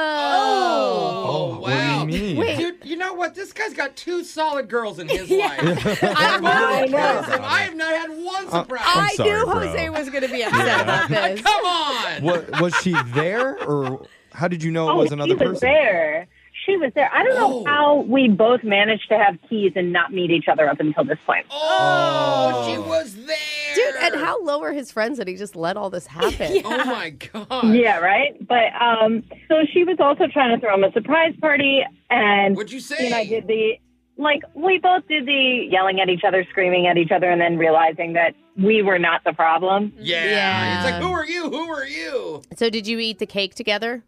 S9: Oh, wow.
S15: mean? Wait.
S9: Dude, you know what? This guy's got two solid girls in his life.
S1: I
S9: Both
S1: know.
S9: girls, and I have not had one
S6: Uh,
S9: surprise.
S6: I'm
S1: I
S6: sorry,
S1: knew
S6: bro.
S1: Jose was going to be upset
S6: Yeah.
S1: about this.
S9: Come on.
S6: What, was she there, or how did you know it
S15: oh,
S6: was another
S15: she was
S6: person?
S15: there. She was there. I don't know how we both managed to have keys and not meet each other up until this point.
S9: Oh, she was there.
S1: Dude, and how low are his friends that he just let all this happen?
S9: Oh my god.
S15: Yeah, right. But um, so she was also trying to throw him a surprise party, and
S9: What'd you say?
S15: And I did the like we both did the yelling at each other, screaming at each other, and then realizing that we were not the problem.
S9: Yeah.
S1: Yeah.
S9: It's like, who are you? Who are you?
S1: So did you eat the cake together?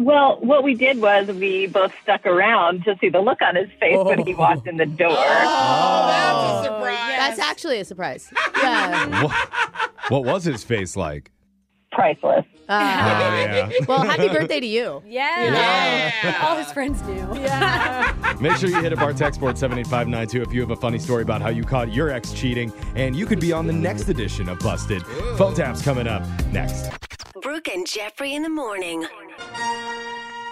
S15: Well, what we did was we both stuck around to see the look on his face when
S9: Oh.
S15: he walked in the door.
S9: That's a surprise.
S1: Oh. That's actually a surprise. Yeah.
S6: What, what was his face like?
S15: Priceless.
S1: Uh,
S6: Oh, yeah.
S1: well, happy birthday to you.
S7: Yeah. All his friends knew. Yeah.
S6: Make sure you hit up our text board 78592 if you have a funny story about how you caught your ex cheating, and you could be on the next edition of Busted. Phone taps coming up next.
S10: Brooke and Jeffrey in the morning.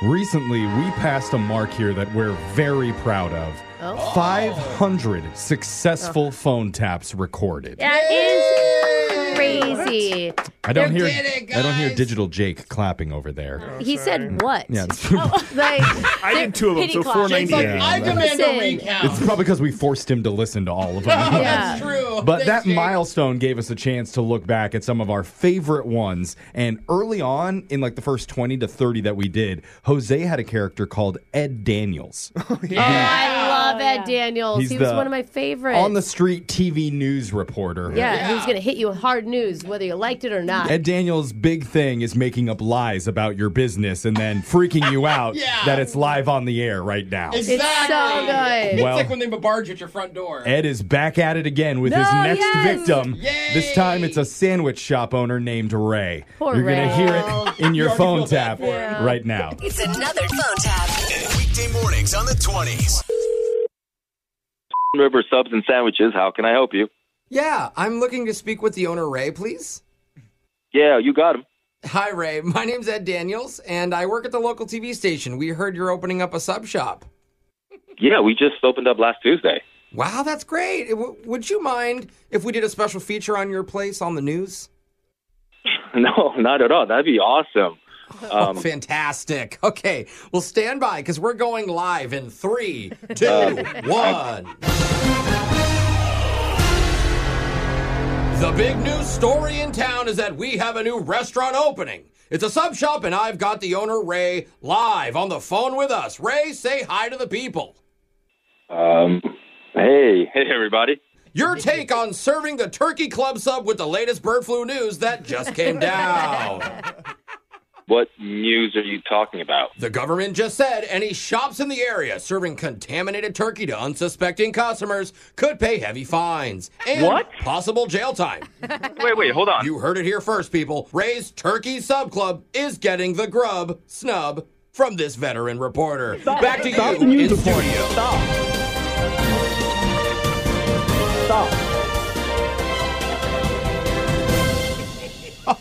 S6: Recently, we passed a mark here that we're very proud of.
S1: Oh.
S6: 500 successful phone taps recorded.
S1: That is crazy.
S6: I don't
S1: They're-
S6: hear I don't hear digital Jake clapping over there.
S1: He said what? Oh,
S6: Yeah, it's,
S1: Like,
S8: I did two of them, so
S1: four
S8: 490.
S6: Yeah. I
S9: demand a recount.
S6: it's probably because we forced him to listen to all of them.
S9: That's true.
S6: But
S9: Oh, Thanks,
S6: that
S9: Jake.
S6: milestone gave us a chance to look back at some of our favorite ones. And early on, in like the first 20 to 30 that we did, Jose had a character called Ed Daniels.
S1: Oh, I love Ed Daniels.
S6: He's
S1: he was
S6: the-
S1: one of my favorites.
S6: On the street TV news reporter.
S1: yeah, who's gonna hit you with hard news, whether you liked it or not.
S6: Ed Daniels' big thing is making up lies about your business and then freaking you out
S9: Yeah.
S6: that it's live on the air right now.
S9: Exactly.
S1: so good.
S9: It's
S6: Well-
S9: like when they barge at your front door.
S6: Ed is back at it again with his
S1: No,
S6: next
S1: yes!
S6: victim.
S9: Yay!
S6: This time it's a sandwich shop owner named Ray.
S1: Poor
S6: You're gonna
S1: Ray.
S6: hear it in your
S9: You already
S6: phone
S9: feel bad
S6: tap
S9: for him.
S6: right now.
S10: It's another phone tap.
S12: Weekday mornings on the 20s.
S16: River Subs and Sandwiches. How can I help you?
S9: Yeah, I'm looking to speak with the owner, Ray, please.
S16: Yeah, you got him.
S9: Hi, Ray. My name's Ed Daniels, and I work at the local TV station. We heard you're opening up a sub shop.
S16: Yeah, we just opened up last Tuesday.
S9: Wow, that's great. W- would you mind if we did a special feature on your place on the news?
S16: No, not at all. That'd be awesome.
S9: Oh,
S16: Um,
S9: fantastic. Okay, well, stand by because we're going live in three, two,
S16: I-
S9: one. The big news story in town is that we have a new restaurant opening. It's a sub shop, and I've got the owner, Ray, live on the phone with us. Ray, say hi to the people.
S16: um, hey, hey, everybody.
S9: Your take on serving the Turkey Club sub with the latest bird flu news that just came down.
S16: What news are you talking about?
S9: The government just said any shops in the area serving contaminated turkey to unsuspecting customers could pay heavy fines and
S16: What?
S9: possible jail time.
S16: Wait, wait, hold on.
S9: you heard it here first, people. Ray's Turkey Sub Club is getting the grub snub from this veteran reporter. Back to
S16: Stop
S9: you
S16: the
S9: in studio.
S16: Stop. Stop.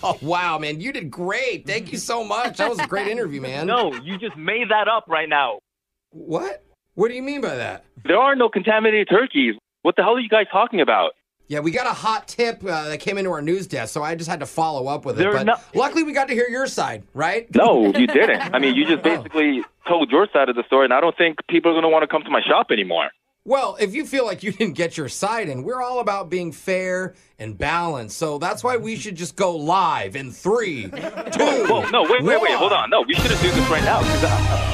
S9: Oh, wow, man, you did great. Thank you so much. That was a great interview, man.
S16: No, you just made that up right now.
S9: What? What do you mean by that?
S16: There are no contaminated turkeys. What the hell are you guys talking about?
S9: Yeah, we got a hot tip uh, that came into our news desk, so I just had to follow up with it.
S16: They're
S9: But
S16: not-
S9: luckily, we got to hear your side, right?
S16: No, you didn't. I mean, you just
S9: Oh.
S16: basically told your side of the story, and I don't think people are going to want to come to my shop anymore.
S9: Well, if you feel like you didn't get your side in, we're all about being fair and balanced. So that's why we should just go live in three, two.
S16: Whoa, no, wait, wait, wait,
S9: one.
S16: uh, hold on. No, we should have do this right now. 'cause I-
S9: uh,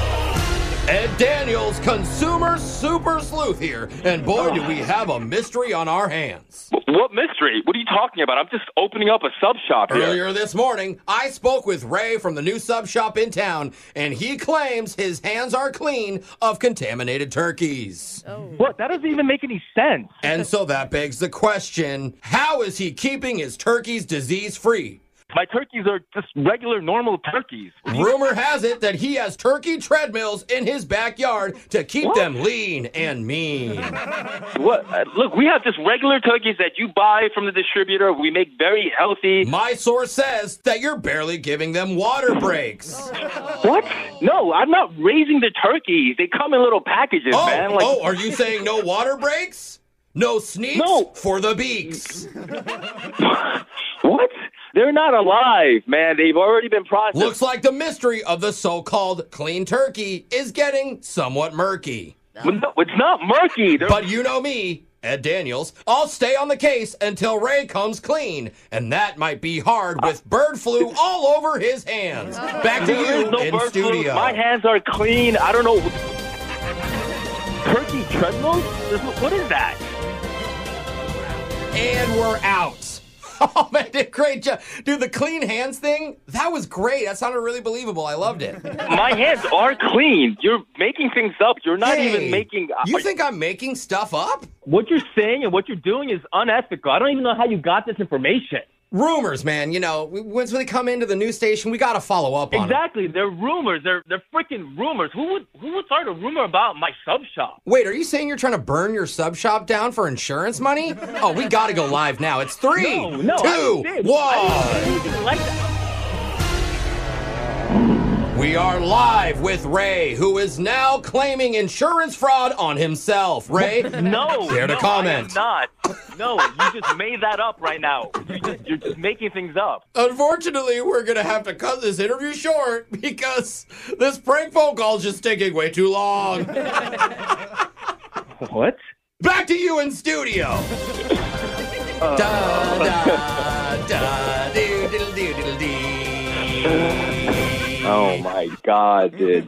S9: Ed Daniels, consumer super sleuth here, and boy, do we have a mystery on our hands.
S16: What mystery? What are you talking about? I'm just opening up a sub shop here.
S9: Earlier this morning, I spoke with Ray from the new sub shop in town, and he claims his hands are clean of contaminated turkeys.
S17: What? That doesn't even make any sense.
S9: And so that begs the question how is he keeping his turkeys disease free?
S17: My turkeys are just regular, normal turkeys.
S9: Rumor has it that he has turkey treadmills in his backyard to keep them lean and mean.
S16: What? uh, Look, we have just regular turkeys that you buy from the distributor. We make very healthy.
S9: My source says that you're barely giving them water breaks.
S16: What? No, I'm not raising the turkeys. They come in little packages,
S9: Oh,
S16: man. Like,
S9: oh, are you saying no water breaks? No sneaks for the beaks.
S16: what? They're not alive, man. They've already been processed.
S9: Looks like the mystery of the so called clean turkey is getting somewhat murky.
S16: it's not murky.
S9: But you know me, Ed Daniels. I'll stay on the case until Ray comes clean, and that might be hard with bird flu all over his hands. Back to
S17: There
S9: you
S17: is no
S9: in
S17: bird flu.
S9: studio.
S17: My
S16: hands are clean. I don't know.
S17: Turkey treadmills? This- What is that?
S9: And we're out. Oh man, did a great job, dude. The clean hands thing—that was great. That sounded really believable. I loved it.
S16: My hands are clean. You're making things up. You're not
S9: Hey,
S16: even making.
S9: You think I'm making stuff up?
S17: What you're saying and what you're doing is unethical. I don't even know how you got this information.
S9: Rumors, man. You know, we- once they come into the news station, we gotta follow up on it.
S17: Exactly. They're rumors. They're they're freaking rumors. Who would who would start a rumor about my sub shop?
S9: Wait, are you saying you're trying to burn your sub shop down for insurance money? Oh, we gotta go live now. It's three,
S17: No, no, I
S9: two,
S17: didn't.
S9: one.
S17: Anything like that.
S9: We are live with Ray, who is now claiming insurance fraud on himself. Ray,
S17: No.
S9: care to
S17: no,
S9: comment?
S17: I am not. No, you just made that up right now. You just, you're just making things up.
S9: Unfortunately, we're gonna have to cut this interview short because this prank phone call is just taking way too long.
S17: What?
S9: Back to you in studio. da da da do diddle do diddle dee.
S16: Oh my God, dude.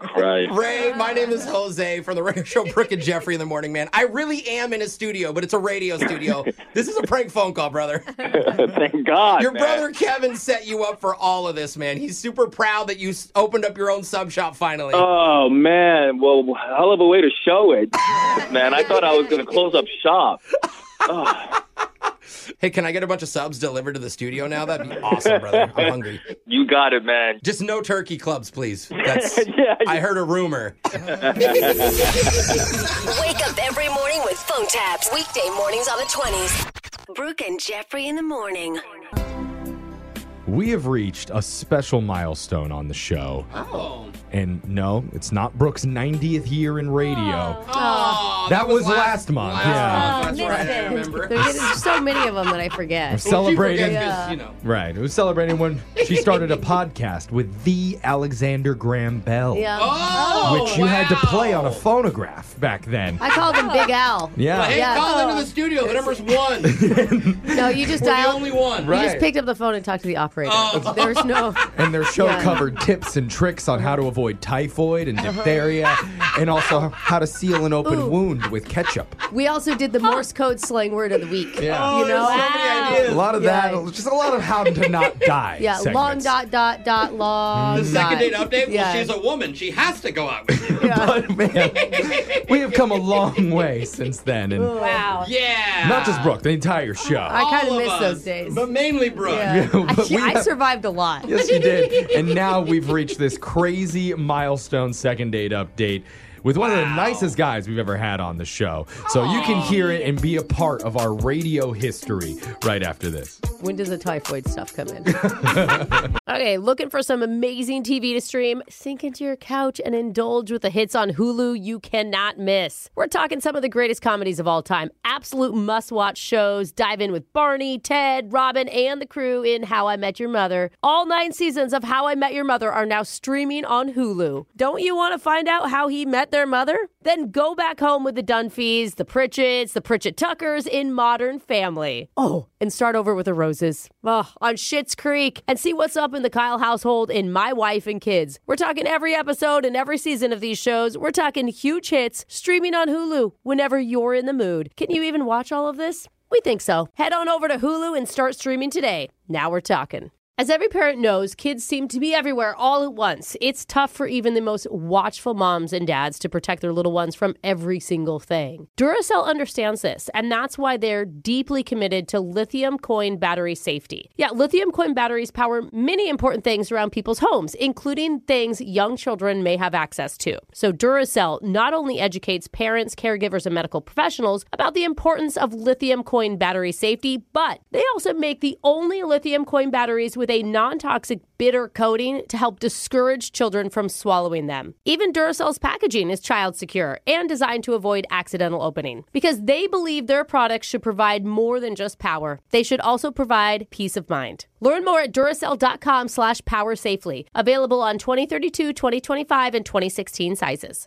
S16: Christ.
S9: Ray, my name is Jose from the radio show Brooke and Jeffrey in the Morning Man. I really am in a studio, but it's a radio studio. this is a prank phone call, brother.
S16: Thank God.
S9: Your
S16: man.
S9: brother Kevin set you up for all of this, man. He's super proud that you s- opened up your own sub shop finally.
S16: Oh man, well, hell of a way to show it, man. I thought I was gonna close up shop.
S9: hey, can I get a bunch of subs delivered to the studio now? That'd be awesome, brother. I'm hungry.
S16: You got it, man.
S9: Just no turkey clubs, please. That's I heard a rumor.
S10: Wake up every morning with phone taps. Weekday mornings on the 20s. Brooke and Jeffrey in the morning.
S6: We have reached a special milestone on the show.
S10: Oh.
S6: And no, it's not Brooke's 90th year in radio.
S1: Oh,
S6: that, was, last, month. Oh, yeah.
S1: that's right. I
S9: remember.
S1: There's so many of them that I forget.
S6: We're celebrating.
S1: Yeah.
S6: Right. We're celebrating when she started a podcast with the Alexander Graham Bell.
S1: Yeah. Oh,
S6: which you had to play on a phonograph back then.
S1: I called him Big Al. Oh.
S6: Yeah. Hey,
S9: call into the studio. The number's one.
S1: No, you just
S9: We're the
S1: dialed.
S9: only one. Oh.
S1: You just
S6: Right.
S1: picked up the phone and talked to the operator. There's no.
S6: And their show
S1: Yeah. Uh-huh.
S6: covered tips and tricks on how to avoid typhoid and diphtheria, and also how to seal an open
S1: Ooh.
S6: wound with ketchup.
S1: We also did
S9: Oh.
S1: the Morse code slang word of the week.
S6: Yeah.
S1: You know.
S6: A lot of
S1: Yeah.
S6: that, just a lot of how to not die.
S1: Yeah, long
S6: segments.
S1: dot dot dot long.
S9: The second
S1: dot.
S9: date update. Well,
S1: Yeah.
S9: she's a woman. She has to go out with you.
S6: But man, we have come a long way since then, and
S1: Wow.
S9: Yeah.
S6: not just Brooke, the entire show.
S1: I kind
S9: All of
S1: of miss
S9: us,
S1: those days.
S9: But mainly Brooke.
S1: Yeah.
S6: But
S1: I,
S6: we
S1: I
S6: have-
S1: survived a lot.
S6: Yes, you did. And now we've reached this crazy milestone second date update with one of the nicest guys we've ever had on the show. So you can hear it and be a part of our radio history right after this.
S1: When does the typhoid stuff come in? okay, looking for some amazing TV to stream? Sink into your couch and indulge with the hits on Hulu you cannot miss. We're talking some of the greatest comedies of all time, absolute must watch shows. Dive in with Barney, Ted, Robin, and the crew in How I Met Your Mother. All nine seasons of How I Met Your Mother are now streaming on Hulu. Don't you want to find out how he met met their mother? Then go back home with the Dunphys, the Pritchett's, the Pritchett Tuckers in Modern Family. Oh, and start over with the Roses. Ugh, on Schitt's Creek and see what's up in the Kyle household in My Wife and Kids. We're talking every episode and every season of these shows. We're talking huge hits streaming on Hulu whenever you're in the mood. Can you even watch all of this? We think so. Head on over to Hulu and start streaming today. Now we're talking. As every parent knows, kids seem to be everywhere all at once. It's tough for even the most watchful moms and dads to protect their little ones from every single thing. Duracell understands this, and that's why they're deeply committed to lithium coin battery safety. Yeah, lithium coin batteries power many important things around people's homes, including things young children may have access to. So Duracell not only educates parents, caregivers, and medical professionals about the importance of lithium coin battery safety, but they also make the only lithium coin batteries with a non toxic bitter coating to help discourage children from swallowing them. Even Duracell's packaging is child secure and designed to avoid accidental opening because they believe their products should provide more than just power. They should also provide peace of mind. Learn more at Duracell.com slash power safely. Available on 2032, 2025, and 2016 sizes.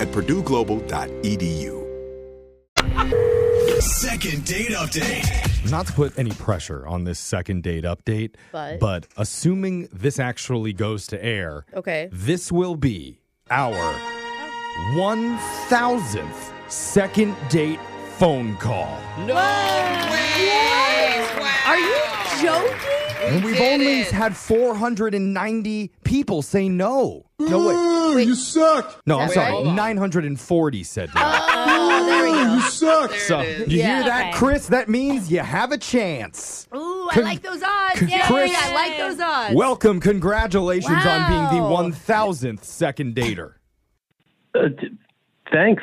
S2: at purdueglobal.edu.
S12: Second date update.
S6: Not to put any pressure on this second date update,
S12: But?
S6: assuming this actually goes to air,
S1: Okay.
S6: this will be our 1000th second date phone call.
S9: No way! Wow.
S1: Are you joking?
S6: and we've only had 490 people say no. No way. You suck. No, I'm
S12: Wait,
S6: sorry.
S12: hold on.
S6: 940 said no.
S1: Oh, there we go.
S6: You suck. So,
S1: it is.
S6: you
S1: Yeah,
S6: hear that,
S1: okay.
S6: Chris? That means you have a chance.
S1: Ooh, I
S6: Con-
S1: like those odds.
S6: Con-
S1: Yay,
S6: Chris-
S1: I like those odds.
S6: Welcome. Congratulations on being the
S1: Wow.
S6: 1000th second dater.
S17: Thanks.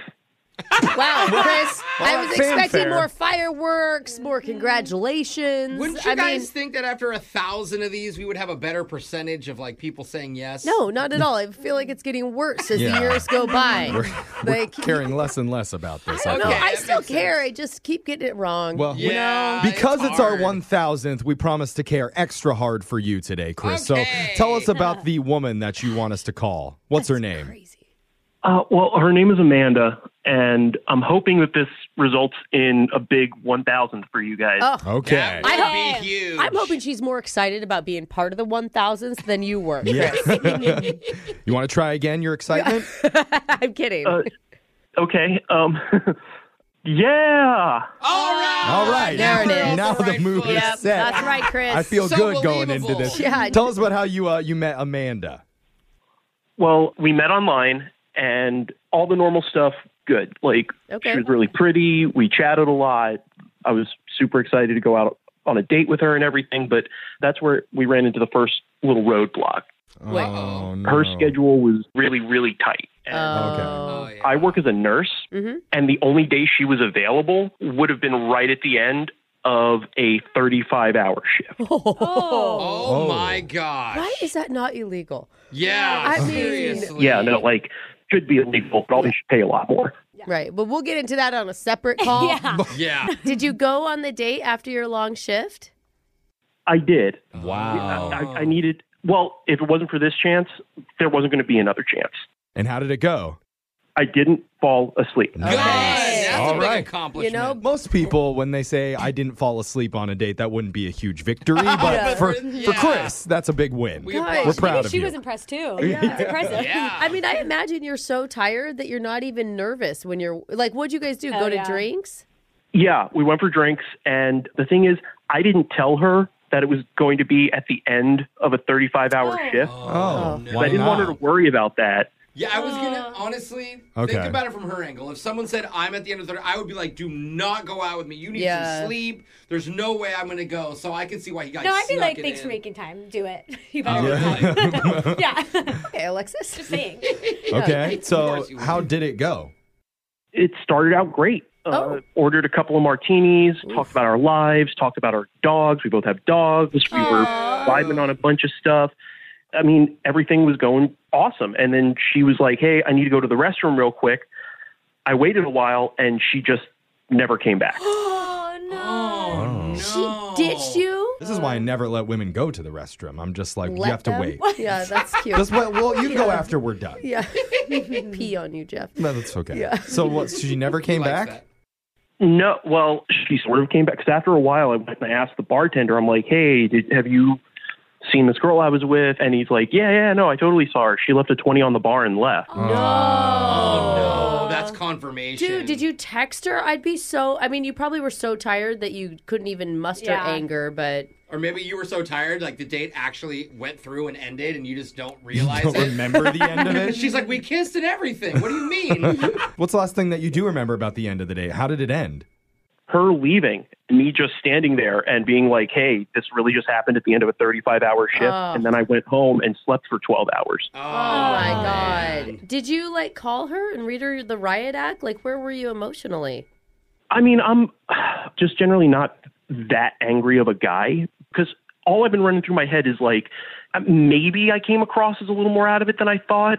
S1: Wow, Chris,
S9: Well,
S1: I was
S9: fanfare.
S1: expecting more fireworks, more congratulations.
S9: Wouldn't you
S1: Mm-hmm. I
S9: guys
S1: mean,
S9: think that after a thousand of these, we would have a better percentage of like people saying yes?
S1: no, not at all. I feel like it's getting worse as
S6: Yeah.
S1: the years go by.
S6: We're, we're
S1: Like,
S6: caring less and less about this.
S1: I don't know.
S6: think.
S1: I still care. I just keep getting it wrong.
S6: Well, we- because it's, our 1000th, we promise to care extra hard for you today, Chris. So tell us about the woman that you want us to call. What's her name?
S17: Uh, well, her name is Amanda, and I'm hoping that this results in a big 1,000 for you guys.
S1: Oh.
S6: Okay.
S1: I hope, I'm hoping she's more excited about being part of the 1000s than you were. Chris.
S6: Yeah. you want to try again your excitement?
S1: I'm kidding.
S17: okay. Um, yeah.
S6: All right.
S1: There it is.
S6: Now the mood is
S1: Yep,
S6: set.
S1: that's right, Chris.
S6: I feel
S1: So
S6: good going into
S1: believable.
S6: this.
S1: Yeah.
S6: Tell us about how you uh, you met Amanda.
S17: Well, we met online, and all the normal stuff, good. Like,
S1: Okay.
S17: she was really pretty. We chatted a lot. I was super excited to go out on a date with her and everything, but that's where we ran into the first little roadblock.
S6: Oh, no.
S17: Her schedule was really, really tight.
S6: Okay.
S17: I work as a nurse,
S1: Mm-hmm.
S17: and the only day she was available would have been right at the end of a 35 hour shift.
S9: Oh, my god.
S1: Why is that not illegal?
S9: Yeah.
S1: I mean,
S9: seriously.
S17: Yeah, no, like, should be illegal, but always should pay a lot more.
S1: Right. But we'll get into that on a separate call. yeah.
S9: Yeah.
S1: Did you go on the date after your long shift?
S17: I did.
S6: Wow.
S17: I, I, I needed, well, if it wasn't for this chance, there wasn't going to be another chance.
S6: And how did it go?
S17: I didn't fall asleep.
S9: That's
S6: All
S9: a
S6: right.
S9: big accomplishment.
S1: know,
S6: most people when they say I didn't fall asleep on a date, that wouldn't be a huge victory, but
S7: Yeah.
S6: for for
S7: Yeah.
S6: Chris, that's a big win. We're proud
S7: Maybe
S6: of
S7: she
S6: you.
S7: was impressed too.
S6: Yeah.
S7: It's impressive.
S1: I mean, I imagine you're so tired that you're not even nervous when you're like, what'd you guys do?
S7: Oh,
S1: Go to
S7: yeah.
S1: drinks?
S17: Yeah, we went for drinks. And the thing is, I didn't tell her that it was going to be at the end of a 35 hour shift.
S6: Oh,
S17: I didn't want her to worry about that.
S9: Yeah, I was gonna honestly think
S17: Okay.
S9: about it from her angle. If someone said I'm at the end of the third, I would be like, "Do not go out with me. You need
S7: Yeah.
S9: some sleep. There's no way I'm gonna go." So I can see why he got.
S7: no, I'd be
S9: snuck
S7: like,
S9: it
S7: thanks
S9: in.
S7: for making time. Do it. You
S6: Oh,
S7: better.
S6: yeah.
S7: yeah.
S1: Okay, Alexis.
S7: Just saying.
S6: okay, so how did it go?
S17: It started out great. Uh, Ordered a couple of martinis, talked about our lives, talked about our dogs. We both have dogs. We were vibing on a bunch of stuff. I mean, everything was going awesome. And then she was like, hey, I need to go to the restroom real quick. I waited a while and she just never came back.
S6: Oh,
S1: She ditched you?
S6: This is why I never let women go to the restroom. I'm just like,
S1: Let
S6: you have to
S1: them-
S6: wait.
S1: Yeah, that's cute.
S6: Just wait. Well, you can go after we're done.
S1: Yeah. Pee on you, Jeff.
S6: No, that's okay.
S1: Yeah.
S6: So what? She never came back.
S17: No, well, she sort of came back because after a while, I went and I asked the bartender. I'm like, "Hey, did, have you seen this girl I was with?" And he's like, "Yeah, yeah, no, I totally saw her. She left a twenty on the bar and left."
S6: Uh,
S9: Oh, that's confirmation.
S1: Dude, did you text her? I'd be so. I mean, you probably were so tired that you couldn't even muster
S9: Yeah.
S1: anger, but.
S9: Or maybe you were so tired, like the date actually went through and ended, and you just don't realize.
S6: don't
S9: it.
S6: remember the end of it?
S9: She's like, "We kissed and everything. What do you mean?"
S6: What's the last thing that you do remember about the end of the day? How did it end?
S17: Her leaving, me just standing there and being like, "Hey, this really just happened at the end of a 35 hour shift."
S1: Oh.
S17: And then I went home and slept for 12 hours.
S1: Oh, my God. Did you, like, call her and read her the riot act? Like, where were you emotionally?
S17: I mean, I'm just generally not that angry of a guy because all I've been running through my head is like, maybe I came across as a little more out of it than I thought.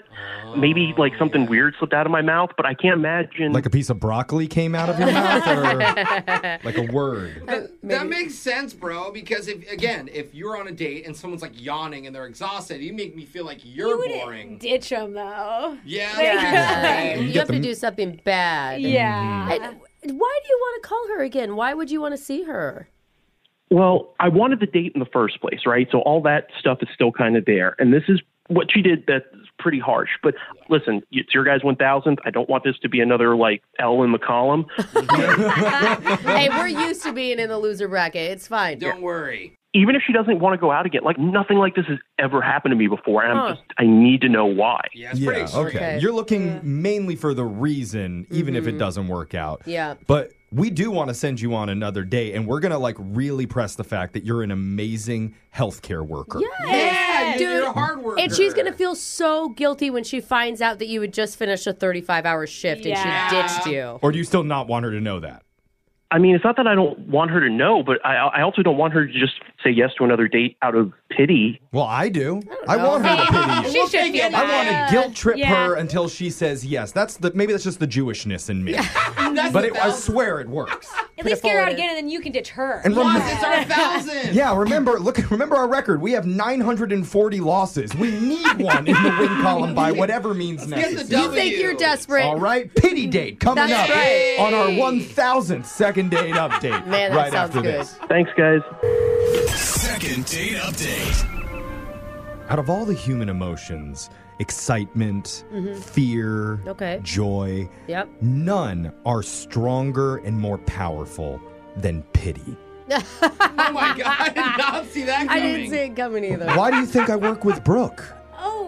S17: maybe like something weird slipped out of my mouth, but I can't imagine.
S6: Like a piece of broccoli came out of your mouth, or like a word?
S9: That makes sense, bro. Because if again, if you're on a date and someone's like yawning and they're exhausted, you make me feel like you're boring.
S7: Ditch him though.
S9: Yeah,
S1: You,
S9: You
S1: have to do something bad.
S7: Yeah.
S1: And why do you want to call her again? Why would you want to see her?
S17: Well, I wanted the date in the first place, right? So all that stuff is still kind of there. And this is what she did that's pretty harsh. But listen, it's your guys' 1000th. I don't want this to be another like L in the column.
S1: hey, we're used to being in the loser bracket. It's fine.
S9: Don't worry.
S17: Even if she doesn't want to go out again, like nothing like this has ever happened to me before. And
S1: Huh.
S17: I'm just, I need to know why.
S6: yeah. Okay. You're looking mainly for the reason, even if
S7: Mm-hmm.
S6: it
S1: Mhm.
S6: doesn't work out.
S1: Yeah.
S6: But we do want to send you on another date, and we're gonna like really press the fact that you're an amazing healthcare worker.
S9: Yeah, you- you're a hard worker.
S1: And she's gonna feel so guilty when she finds out that you had just finished a 35 hour shift
S9: Yeah.
S1: and she ditched you.
S6: Or do you still not want her to know that?
S17: I mean, it's not that I don't want her to know, but I, I also don't want her to just say yes to another date out of pity.
S6: Well, I do. I, want her to pity you.
S7: She should feel
S6: I want
S7: bad.
S6: to guilt trip
S7: Yeah.
S6: her until she says yes. That's the maybe that's just the Jewishness in me.
S7: That's
S6: but
S7: the
S6: it, I swear it works.
S7: At least get her out again, and then you can ditch her.
S6: And Yes, remember- it's
S9: our thousand.
S6: Yeah, remember look remember our record. We have 940 losses. We need one in the win column by whatever means
S1: get the
S6: necessary.
S1: You think W. you're desperate.
S6: All right, pity date coming
S1: That's
S6: up
S1: right.
S6: on our 1000th second date update
S1: Man, that
S6: right
S1: sounds
S6: after
S1: good.
S6: this.
S17: Thanks, guys.
S12: Second date update.
S6: Out of all the human emotions, excitement,
S1: Mhm.
S6: fear,
S1: Okay.
S6: joy,
S1: Yep.
S6: none are stronger and more powerful than pity.
S9: oh my god, I did not see that
S1: I
S9: coming.
S1: didn't see it coming either.
S6: Why do you think I work with Brooke?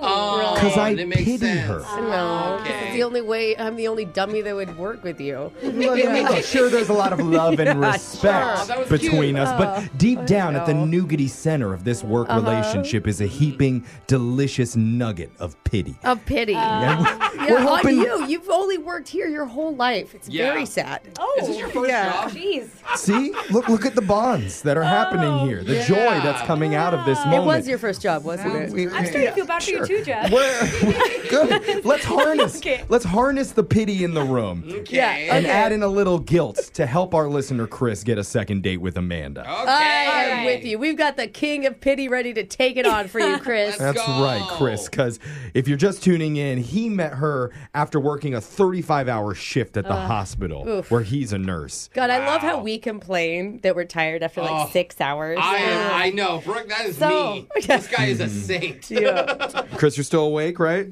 S9: Oh,
S6: Because I
S9: that makes
S6: pity
S9: sense.
S6: her.
S1: No, 'cause
S9: Ah, Okay.
S1: it's the only way. I'm the only dummy that would work with you.
S6: Look,
S1: Oh,
S6: look, sure, there's a lot of love and
S1: Yeah,
S6: respect
S1: sure. That was
S6: between
S1: cute.
S6: us,
S1: Oh,
S6: but deep
S1: I
S6: down at the
S1: know.
S6: nougaty center of this work
S1: Uh-huh.
S6: relationship is a heaping, delicious nugget of pity.
S1: Of
S9: Uh,
S1: pity.
S6: Yeah, we're-
S1: yeah,
S6: we're hoping-
S1: on you. You've only worked here your whole life. It's
S6: Yeah.
S1: very sad.
S7: Oh,
S9: Is this your first job?
S7: Jeez.
S6: See, look, look at the bonds that are
S1: Oh,
S6: happening here. The joy that's coming out of this moment.
S1: It was your first job, wasn't it?
S6: we-
S7: I'm starting to feel bad for you too, Jeff.
S6: We're, Good. Let's harness.
S7: Okay.
S6: Let's harness the pity in the room.
S7: Yeah,
S6: And
S7: okay.
S6: add in a little guilt to help our listener Chris get a second date with Amanda.
S1: I am with you. We've got the king of pity ready to take it on for you, Chris.
S6: That's right, Chris. Because if you're just tuning in, he met her after working a 35 hour shift at the
S1: Ugh.
S6: hospital
S1: Oof.
S6: where he's a nurse.
S1: God, I love how we complain that we're tired after like
S9: Oh,
S1: six hours.
S9: I am. I know, Brooke. That is
S1: So-
S9: me. Oh, This guy is a
S6: Hmm.
S9: saint.
S6: Chris, you're still awake, right?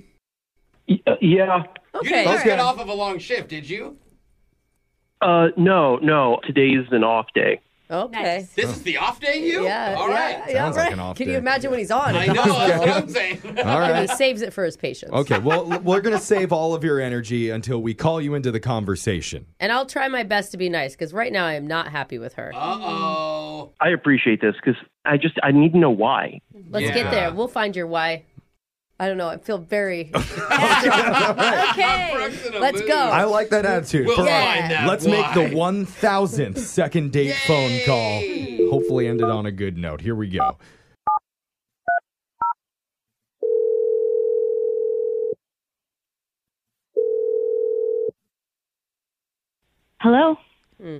S17: Yeah.
S9: You didn't just
S17: Okay.
S9: get off of a long shift, did you?
S17: Uh, no, no. Today's an off day.
S1: Okay.
S6: Oh.
S9: This is the off day, you?
S1: Yeah.
S9: All
S1: yeah,
S9: right.
S1: yeah,
S6: Sounds like
S1: right.
S6: an off
S1: Can
S6: day.
S1: you imagine when he's on?
S6: I know, that's what I'm
S9: saying.
S6: All right. Oh.
S1: And he saves it for his patients.
S6: Okay, well, l- we're going to save all of your energy until we call you into the conversation.
S1: And I'll try my best to be nice because right now I am not happy with her.
S9: Uh oh.
S17: I appreciate this because I just I need to know why.
S1: Let's
S17: Yeah.
S1: get there. We'll find your why. I don't know. I feel very. okay. Let's go.
S6: I like that attitude.
S1: We'll
S6: For-
S1: find out
S6: Let's
S1: why.
S6: make the 1,000th second date phone call. Hopefully, end it on a good note. Here we go.
S18: Hello.
S6: Hmm.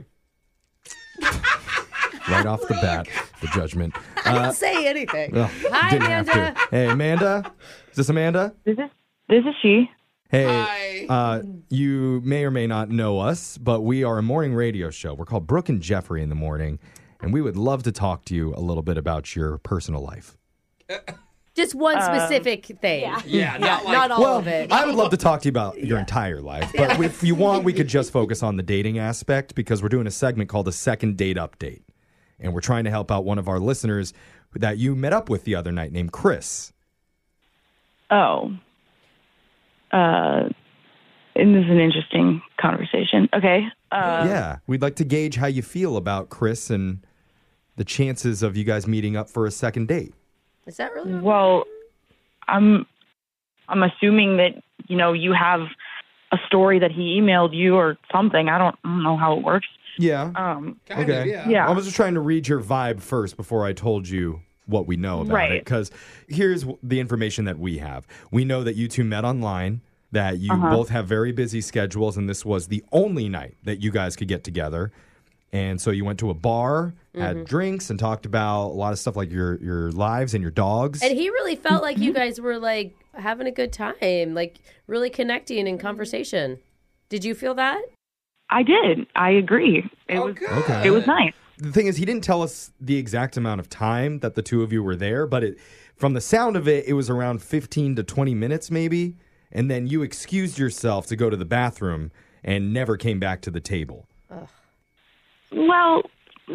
S6: Right off the bat, the judgment.
S1: I
S6: Uh,
S1: didn't say anything.
S6: Oh,
S1: Hi,
S6: didn't
S1: Amanda.
S6: Have to. Hey, Amanda. Is this Amanda?
S18: This is this is she.
S6: Hey, uh, you may or may not know us, but we are a morning radio show. We're called Brooke and Jeffrey in the morning, and we would love to talk to you a little bit about your personal life.
S1: Just one
S18: Um,
S1: specific thing. Yeah. all
S6: well,
S1: of it.
S6: I would love to talk to you about your entire life, but if you want, we could just focus on the dating aspect because we're doing a segment called the Second Date Update, and we're trying to help out one of our listeners that you met up with the other night named Chris.
S18: Oh. Uh, and this is an interesting conversation. Okay. Uh,
S6: yeah, we'd like to gauge how you feel about Chris and the chances of you guys meeting up for a second date.
S1: Is that really?
S18: Well, I'm I'm assuming that you know you have a story that he emailed you or something. I don't, I don't know how it works.
S6: Yeah.
S18: Um.
S6: okay.
S18: yeah.
S6: I was just trying to read your vibe first before I told you what we know about it.
S18: Right.
S6: Because here's w- the information that we have we know that you two met online, that you
S18: Uh-huh.
S6: both have very busy schedules, and this was the only night that you guys could get together. And so you went to a bar, had
S18: Mm-hmm.
S1: Mhm.
S6: drinks, and talked about a lot of stuff like your, your lives and your dogs.
S1: And he really felt like
S6: Mm-hmm.
S1: you guys were like having a good time, like really connecting in conversation. Did you feel that?
S18: I did. I agree. It was
S6: Okay.
S18: it was nice.
S6: the thing is he didn't tell us the exact amount of time that the two of you were there but it from the sound of it it was around 15 to 20 minutes maybe and then you excused yourself to go to the bathroom and never came back to the table
S18: Well,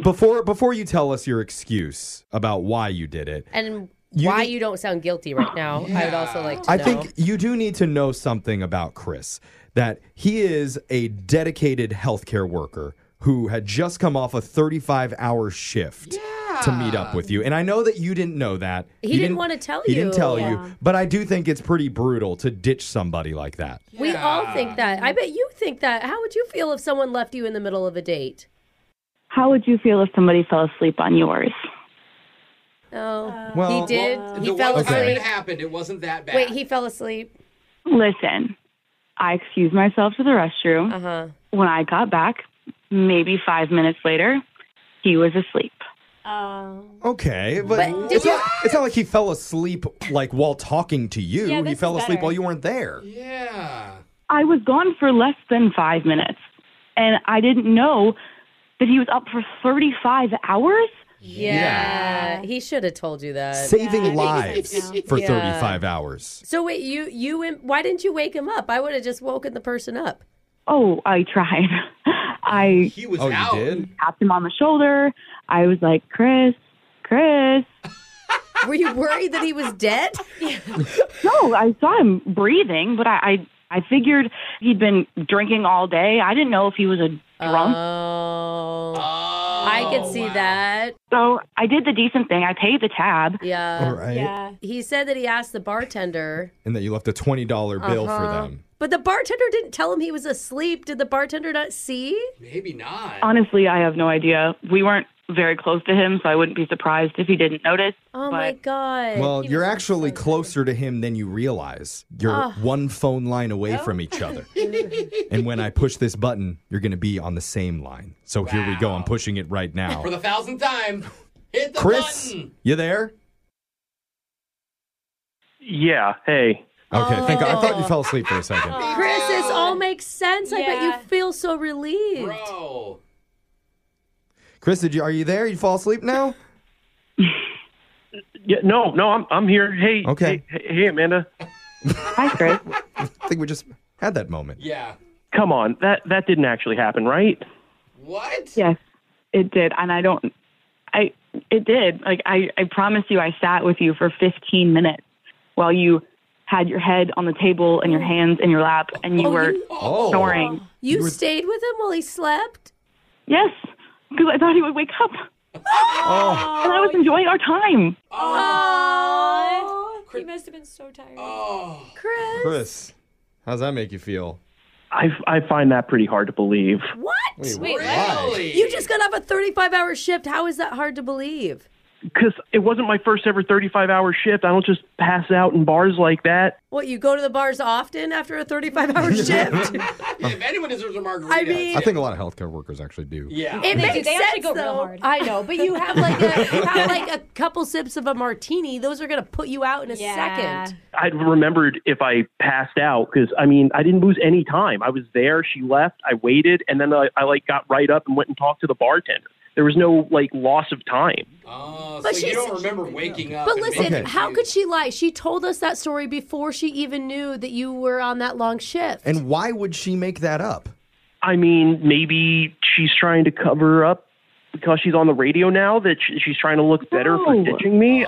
S6: before before you tell us your excuse about why you did it
S1: And
S6: You
S1: why
S6: did-
S1: you don't sound guilty right now, I would also like to
S6: I
S1: know.
S6: think you do need to know something about Chris that he is a dedicated healthcare worker who had just come off a 35 hour shift to meet up with you. And I know that you didn't know that.
S1: He
S6: You
S1: didn't wanna tell
S6: He didn't
S1: you.
S6: tell
S1: Yeah.
S6: you. But I do think it's pretty brutal to ditch somebody like that.
S1: We all think that. I bet you think that. How would you feel if someone left you in the middle of a date?
S18: how would you feel if somebody fell asleep on yours?
S1: Oh,
S18: Well-
S1: he did.
S18: Well,
S1: he
S9: the
S1: fell
S9: one
S1: asleep.
S9: time it happened, it wasn't that bad.
S1: Wait, he fell asleep.
S18: Listen, I excused myself to the restroom.
S1: Uh-huh.
S18: When I got back, maybe five minutes later, he was asleep. Oh.
S6: Okay, but, it's, not, it's not like he fell asleep like while talking to you.
S18: Yeah,
S6: he
S18: this
S6: fell
S18: is
S6: asleep
S18: better.
S6: while you weren't there.
S9: Yeah.
S18: I was gone for less than five minutes, and I didn't know that he was up for 35 hours.
S1: Yeah. He should have told you that.
S6: Saving lives for
S1: Yeah.
S6: 35 hours.
S1: So wait, you you went- why didn't you wake him up? I would have just woken the person up.
S18: Oh, I tried. I
S9: he
S6: was Oh, you out. did?
S18: tapped him on the shoulder. I was like, Chris, Chris.
S1: Were you worried that he was dead?
S18: No, I saw him breathing, but I, I I figured he'd been drinking all day. I didn't know if he was a drunk.
S1: Oh, I could see that.
S18: So I did the decent thing. I paid the tab.
S1: Yeah.
S6: All right. Yeah.
S1: He said that he asked the bartender.
S6: And that you left a $20 bill for
S1: Uh-huh.
S6: them.
S1: But the bartender didn't tell him he was asleep. Did the bartender not see?
S9: Maybe not.
S18: Honestly, I have no idea. We weren't very close to him, so I wouldn't be surprised if he didn't notice.
S1: Oh my god.
S6: Well, you're actually closer to him than you realize. You're
S1: Ah. Oh.
S6: one phone line away from each other. and when I push this button, you're going to be on the same line. So here we go. I'm pushing it right now.
S9: For the thousandth time, hit the
S6: Chris,
S9: button.
S6: you there?
S17: Yeah. Hey.
S6: Okay. Thank God. I thought
S1: Oh.
S6: you fell asleep for a second.
S1: Chris, this all makes sense. I bet you feel so relieved.
S6: Chris, did you are you there? You fall asleep now?
S17: Yeah, no, no, I'm I'm here. Hey, okay. Hey, hey, Amanda. Hi, Chris.
S6: I think we just had that moment.
S9: Yeah.
S17: Come on, that that didn't actually happen, right?
S9: What?
S18: Yes, it did, and I don't. I it did. Like I, I promise you, I sat with you for 15 minutes while you had your head on the table and your hands in your lap, and you were
S9: Oh.
S6: Oh.
S18: snoring.
S1: Oh, You, stayed with him while he slept?
S18: Yes, because I thought he would wake up,
S6: Oh.
S18: and I was enjoying our time.
S7: Oh, he must have been so tired. Oh, Chris.
S6: Chris, how's that make you feel?
S17: I, I find that pretty hard to believe.
S1: What?
S6: Wait,
S1: You just got off a 35 hour shift. How is that hard to believe?
S17: Because it wasn't my first ever 35 hour shift. I don't just pass out in bars like that.
S1: What, you go to the bars often after a 35 hour shift?
S9: If anyone deserves a margarita,
S1: I mean,
S6: I think a lot of healthcare workers actually do.
S9: Yeah.
S1: It
S7: They do.
S1: makes
S7: They
S1: sense
S7: actually go real
S1: though.
S7: hard.
S1: I know, but you have like a you have like a couple sips of a martini. Those are gonna put you out in a second.
S17: I remembered if I passed out because I mean I didn't lose any time. I was there. She left. I waited, and then I, I like got right up and went and talked to the bartender. There was no like loss of time.
S9: Oh,
S1: But
S9: so
S1: she's-
S9: you don't remember waking up. Uh,
S1: But
S9: and
S1: listen,
S9: making-
S1: how could she lie? She told us that story before she even knew that you were on that long shift.
S6: And why would she make that up?
S17: I mean, maybe she's trying to cover up because she's on the radio now that sh- she's trying to look better
S9: Oh.
S17: for ditching me.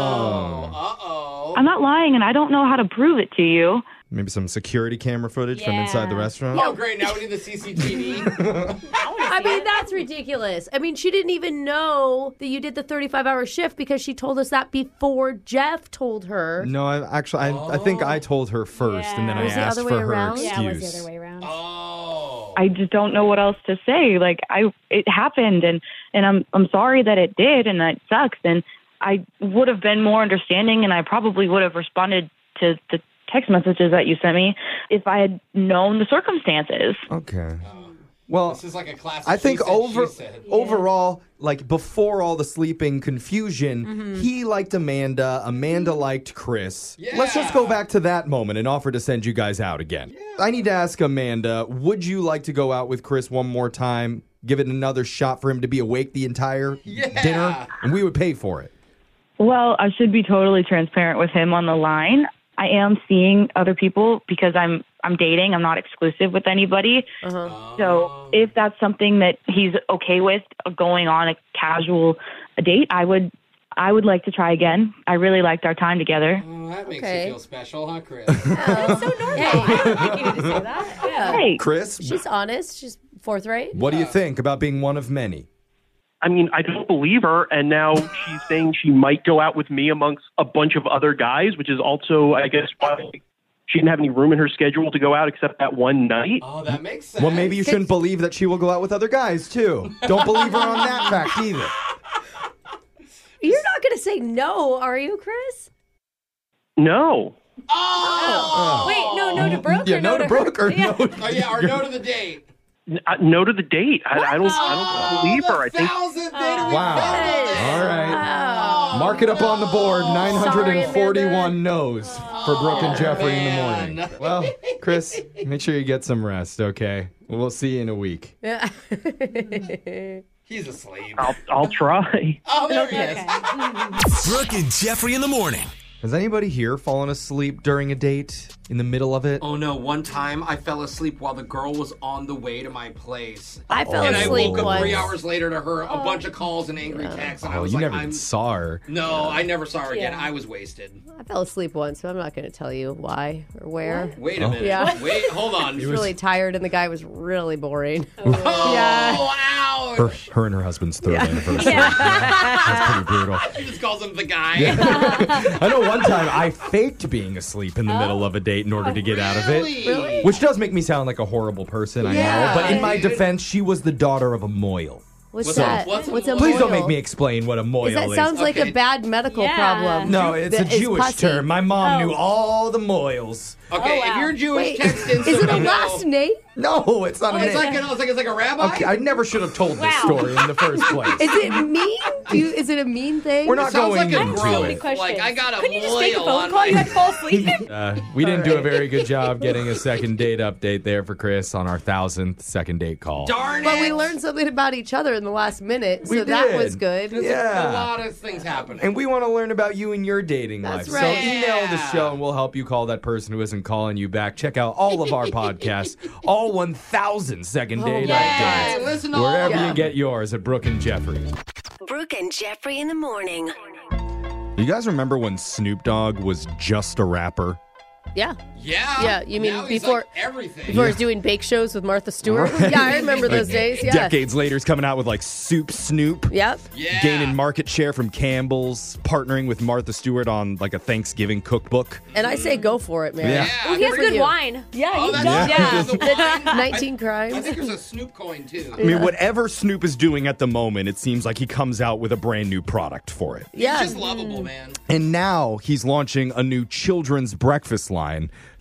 S17: Oh.
S18: I'm not lying, and I don't know how to prove it to you.
S6: Maybe some security camera footage from inside the restaurant?
S9: Oh, great. Now we need the CCTV.
S1: I mean, that's ridiculous. I mean, she didn't even know that you did the 35 hour shift because she told us that before Jeff told her.
S6: No, I actually, I, I think I told her first, and then I
S1: Oh. Was it the
S6: asked
S1: other
S6: for
S1: way
S6: her
S1: around?
S6: excuse.
S1: Yeah, it was the
S18: other
S7: way around.
S18: I just don't know what else to say. Like I, it happened, and and I'm I'm sorry that it did, and that sucks. And I would have been more understanding, and I probably would have responded to the text messages that you sent me if I had known the circumstances.
S6: Okay. Well,
S9: this is like a classic.
S6: I think
S9: he said, she
S6: over
S9: said.
S6: overall, like before all the sleeping confusion,
S9: Mhm.
S6: he liked Amanda. Amanda liked Chris. Let's just go back to that moment and offer to send you guys out again. I need to ask Amanda, would you like to go out with Chris one more time? Give it another shot for him to be awake the entire dinner, and we would pay for it.
S18: Well, I should be totally transparent with him on the line. I am seeing other people because I'm I'm dating. I'm not exclusive with anybody. So if that's something that he's okay with going on a casual date, I would I would like to try again. I really liked our time together.
S9: Oh, that makes
S1: Okay.
S9: you feel special, huh, Chris?
S1: Yeah.
S18: Hey.
S6: Chris?
S1: She's honest. She's forthright.
S6: What do you think about being one of many?
S17: I mean, I don't believe her, and now she's saying she might go out with me amongst a bunch of other guys, which is also, I guess, why she didn't have any room in her schedule to go out except that one night.
S9: Oh, that makes sense.
S6: Well, maybe you shouldn't believe that she will go out with other guys too. Don't believe her on that fact either.
S1: You're not going to say no, are you, Chris?
S17: No.
S1: Oh. Wait, no, no to Brooke.
S17: Yeah,
S1: or no, to Brooke.
S6: or
S1: Yeah.
S6: no.
S9: Oh, yeah, or no to the date.
S17: N- uh, No to the date. I, I don't. I don't believe her. I think
S9: Thousandth date of
S6: Oh. Wow. All right.
S9: Oh,
S6: Mark it up on the board 941 no's for Brooke
S9: Oh,
S6: and Jeffrey in the morning. Well, Chris, make sure you get some rest, okay? We'll see you in a week.
S1: Yeah.
S9: He's asleep.
S17: I'll, I'll try.
S9: Oh, there
S12: Brooke and Jeffrey in the morning.
S6: Has anybody here fallen asleep during a date in the middle of it?
S9: Oh no, one time I fell asleep while the girl was on the way to my place.
S1: I fell
S9: and
S1: asleep
S9: I woke up three
S1: once. Oh.
S9: hours later to her, a bunch of calls and angry texts. And I
S6: Oh,
S9: was
S6: you
S9: like,
S6: never
S9: I'm...
S6: even saw her.
S9: No, I never saw her again.
S1: Yeah.
S9: I was wasted.
S1: I fell asleep once, so I'm not going to tell you why or where.
S9: Wait
S6: Oh.
S9: a minute.
S1: Yeah.
S9: Wait, hold
S1: I
S9: on.
S1: was really tired, and the guy was really boring.
S9: Oh,
S1: Yeah.
S9: wow.
S6: Her, her and her husband's third anniversary. That's pretty brutal.
S9: She just calls him the guy.
S6: I know one time I faked being asleep in the middle of a date in order to get out of it.
S9: Oh. Really?
S6: Which does make me sound like a horrible person, I know.
S9: Yeah.
S6: But in my defense, she was the daughter of a moil.
S1: What's
S6: So-
S1: that? What's a
S6: Please don't
S1: moil?
S6: make me explain what a moil
S1: Is
S6: is.
S1: that sounds like a bad medical problem.
S6: No, it's a
S1: That is
S6: Jewish
S1: pussy.
S6: term. My mom
S1: Oh.
S6: knew all the moils.
S9: Okay, if you're Jewish,
S1: Wait,
S9: text in.
S1: Oh. Is it a
S9: something.
S1: last name?
S6: No, it's not
S9: Oh,
S6: a
S9: it's
S6: name.
S9: like, an, it's like it's like a rabbi.
S6: Okay, I never should have told this story in the first place.
S1: Is it mean? Do you, is it a mean thing?
S6: We're not It sounds going like a into gross- it.
S9: Like I got a
S1: Couldn't you just make a
S9: moil
S1: phone
S9: on
S1: call?
S9: my-
S1: You had to fall
S6: Uh, we didn't do a very good job getting a second date update there for Chris on our thousandth second date call.
S1: But we learned something about each other in the last minute, so
S6: We
S1: that
S6: did.
S1: was good.
S6: There's a Yeah. lot
S9: of things happening.
S6: And we want to learn about you and your dating
S1: That's
S6: life.
S1: right.
S6: So email the show and we'll help you call that person who isn't calling you back. Check out all of our podcasts, all 1,000 second
S10: Oh
S6: date
S10: my
S6: updates.
S10: God. Listen to all
S6: Wherever
S10: of
S6: you
S10: them.
S6: get yours at Brooke and Jeffrey.
S10: Brooke and Jeffrey in the morning.
S6: You guys remember when Snoop Dogg was just a rapper?
S1: Yeah.
S9: Yeah.
S1: Yeah. You mean
S9: Now he's
S1: before
S9: like everything?
S1: Before he was doing bake shows with Martha Stewart.
S6: Right.
S1: Yeah, I remember those days. Yeah.
S6: Decades later, he's coming out with like Soup Snoop.
S1: Yep.
S6: Gaining market share from Campbell's, partnering with Martha Stewart on like a Thanksgiving cookbook.
S1: And I say go for it, man.
S6: Yeah.
S7: Well, he has
S1: for
S7: good
S1: you.
S7: wine. Yeah,
S1: Oh,
S7: he
S1: that's
S7: does.
S6: right. Yeah.
S7: Yeah.
S1: The 19 crimes.
S9: I think there's a Snoop coin too.
S6: I mean, whatever Snoop is doing at the moment, it seems like he comes out with a brand new product for it.
S1: Yeah. Mm.
S9: He's just lovable, man.
S6: And now he's launching a new children's breakfast line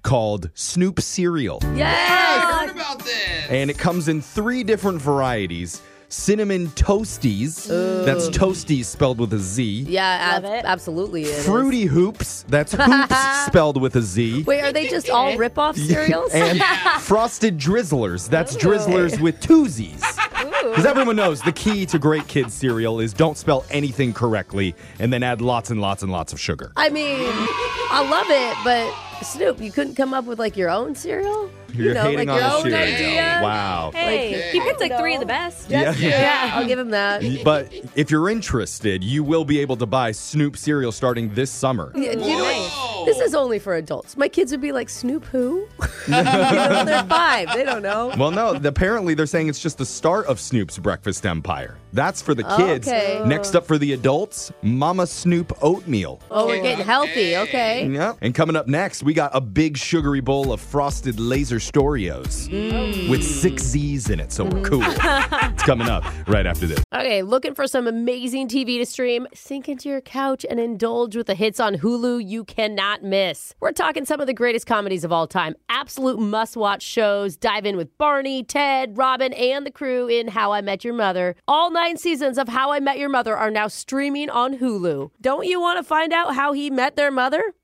S6: called Snoop Cereal.
S1: Yes.
S9: I heard about this.
S6: And it comes in three different varieties cinnamon toasties,
S1: Ooh.
S6: that's toasties spelled with a Z,
S1: Yeah, ab- absolutely. it is.
S6: fruity hoops, that's hoops spelled with a Z.
S1: Wait, are they just all rip-off cereals?
S6: and frosted drizzlers. That's drizzlers with twosies. Because everyone knows the key to great kids cereal is don't spell anything correctly and then add lots and lots and lots of sugar.
S1: I mean, I love it, but Snoop, you couldn't come up with like your own cereal?
S6: You're
S1: you know,
S6: hating
S1: like
S6: on
S1: your
S6: the
S1: own
S6: cereal.
S1: idea.
S6: Wow.
S7: Hey, he picked like three of the best.
S6: Yeah.
S7: That's-
S6: Yeah.
S1: I'll give him that.
S6: But if you're interested, you will be able to buy Snoop cereal starting this summer.
S1: Yeah, do you know what? this is only for adults. My kids would be like, Snoop who? you know, they're five. They don't know.
S6: Well, no, th- apparently they're saying it's just the start of Snoop's breakfast empire. That's for the kids.
S1: Oh, Okay.
S6: Next up for the adults, Mama Snoop oatmeal.
S1: Oh, we're getting healthy. Okay.
S6: Yep. And coming up next, we got a big sugary bowl of frosted laser Storios
S1: Mm.
S6: with six Z's in it, so we're cool. it's coming up right after this.
S1: Okay, looking for some amazing TV to stream? Sink into your couch and indulge with the hits on Hulu you cannot miss. We're talking some of the greatest comedies of all time, absolute must watch shows. Dive in with Barney, Ted, Robin, and the crew in How I Met Your Mother. All nine seasons of How I Met Your Mother are now streaming on Hulu. Don't you want to find out how he met their mother?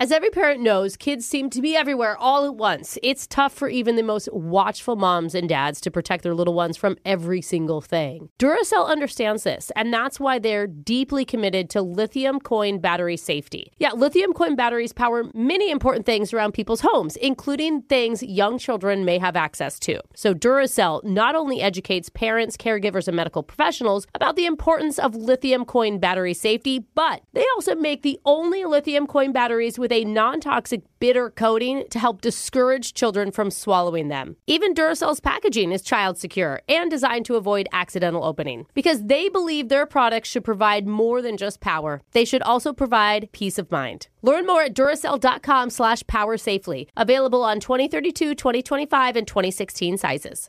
S1: As every parent knows, kids seem to be everywhere all at once. It's tough for even the most watchful moms and dads to protect their little ones from every single thing. Duracell understands this, and that's why they're deeply committed to lithium coin battery safety. Yeah, lithium coin batteries power many important things around people's homes, including things young children may have access to. So Duracell not only educates parents, caregivers, and medical professionals about the importance of lithium coin battery safety, but they also make the only lithium coin batteries with a non toxic bitter coating to help discourage children from swallowing them. Even Duracell's packaging is child secure and designed to avoid accidental opening because they believe their products should provide more than just power. They should also provide peace of mind. Learn more at Duracell.com slash power safely. Available on 2032, 2025, and 2016 sizes.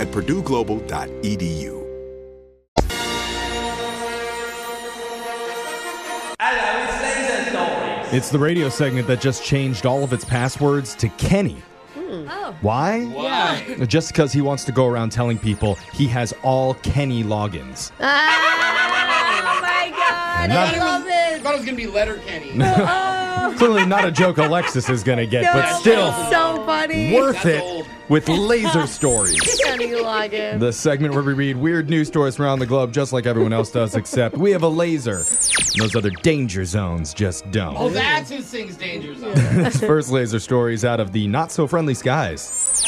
S2: at purdueglobal.edu.
S6: It's the radio segment that just changed all of its passwords to Kenny.
S1: Hmm.
S7: Oh.
S6: Why?
S7: Why?
S6: Just because he wants to go around telling people he has all Kenny logins.
S7: Ah, oh my god!
S6: Not-
S7: I love
S9: I
S7: it.
S9: thought it was gonna be letter Kenny.
S1: Oh,
S6: Clearly not a joke Alexis is going to get,
S1: No,
S6: but
S1: that's
S6: still
S1: so funny.
S6: worth
S1: That's
S6: it
S1: old.
S6: with laser stories.
S1: Kenny Loggins.
S6: The segment where we read weird news stories from around the globe, just like everyone else does, except we have a laser. And those other danger zones just don't.
S9: Oh, that's who sings Danger Zone.
S6: This first laser story is out of the not so friendly skies.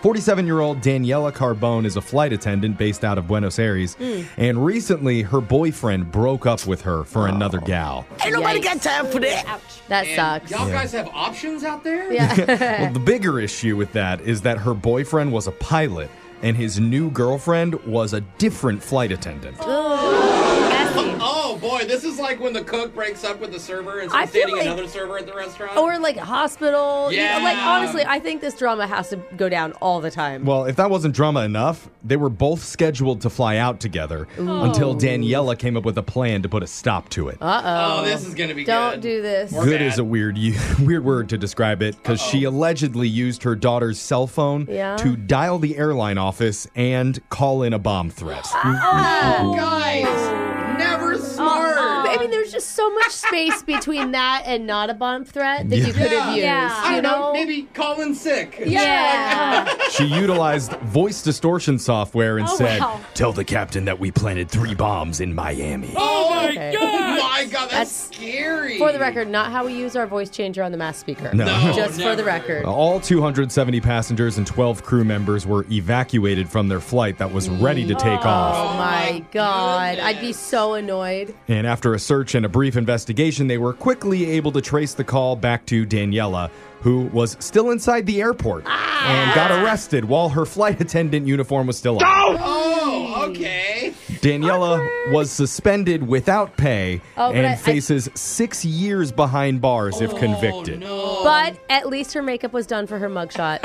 S6: 47 year old Daniela Carbone is a flight attendant based out of Buenos Aires,
S19: Mm.
S6: and recently her boyfriend broke up with her for another gal.
S9: Ain't nobody got time for that.
S1: That sucks.
S9: Y'all
S6: Yeah.
S9: guys have options out there? Eh.
S6: well, the bigger issue with that is that her boyfriend was a pilot, and his new girlfriend was a different flight attendant.
S9: Oh, oh, boy, this is like when the cook breaks up with the server and
S1: I
S9: starts
S1: feel
S9: dating
S1: like-
S9: another server at the restaurant.
S1: Or like hospital. you know,
S9: Yeah.
S1: like honestly, I think this drama has to go down all the time.
S6: Well, if that wasn't drama enough, they were both scheduled to fly out together
S1: Ooh.
S6: until Daniela came up with a plan to put a stop to it.
S1: Uh oh.
S9: Oh, this is gonna be
S1: Don't do this.
S6: Good is a weird u- weird word to describe it because she allegedly used her daughter's cell phone
S1: Yeah.
S6: to dial the airline office and call in a bomb threat.
S9: Oh, guys,
S1: Uh-uh.
S9: never smart.
S1: But, I mean, there's just so much space between that and not a bomb threat that you
S6: Yeah.
S1: could have used.
S9: I don't
S1: You
S9: know,
S1: know?
S9: maybe call in sick.
S1: Yeah.
S6: she utilized voice distortion software and
S9: Oh,
S6: said,
S9: wow.
S6: "Tell the captain that we planted three bombs in Miami."
S9: Oh my
S1: Okay.
S9: god! My god, that's, scary.
S1: For the record, not how we use our voice changer on the mass speaker.
S6: No. Oh, No,
S1: Just for the record.
S6: All 270 passengers and 12 crew members were evacuated from their flight that was ready to take
S1: oh,
S6: off.
S1: my god. I'd be so annoyed.
S6: And after a search and a brief investigation, they were quickly able to trace the call back to Daniela, who was still inside the airport and got
S1: Ah!
S6: arrested while her flight attendant uniform was still on.
S9: Oh, okay.
S6: Daniela was suspended without pay
S1: Oh, but
S6: and
S1: I- Oh, I-
S6: faces six years behind bars if convicted.
S1: But at least her makeup was done for her mugshot.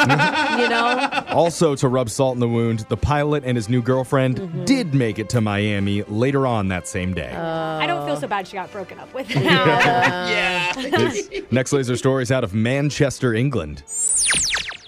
S1: you know?
S6: Also, to rub salt in the wound, the pilot and his new girlfriend
S1: Mm-hmm.
S6: did make it to Miami later on that same day.
S7: I don't feel so bad she got broken up with.
S6: Yeah. Next laser story is out of Manchester, England.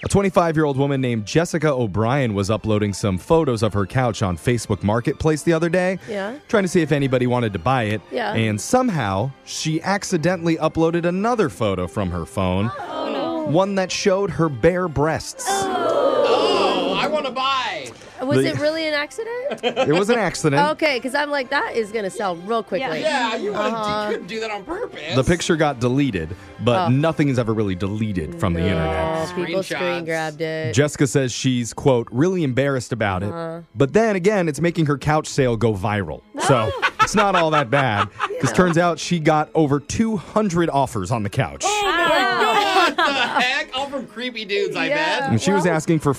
S6: A 25 year old woman named Jessica O'Brien was uploading some photos of her couch on Facebook Marketplace the other day,
S1: Yeah.
S6: trying to see if anybody wanted to buy it.
S1: Yeah.
S6: And somehow she accidentally uploaded another photo from her phone,
S1: Oh,
S6: one that showed her bare breasts.
S9: Oh, I want to buy.
S1: Was
S6: The-
S1: it really an accident?
S6: It was an accident.
S1: Okay, because I'm like, that is going to sell real quickly.
S9: Yeah, you, wanna,
S1: Uh-huh.
S9: you couldn't do that on purpose.
S6: The picture got deleted, but
S1: Oh.
S6: nothing is ever really deleted from the internet.
S1: Oh, people screen grabbed it.
S6: Jessica says she's, quote, really embarrassed about it.
S1: Uh-huh.
S6: But then again, it's making her couch sale go viral. So
S1: Ah!
S6: it's not all that bad. Because turns out she got over 200 offers on the couch.
S9: Oh my god! What the heck? All from creepy dudes, I bet.
S6: And she was asking for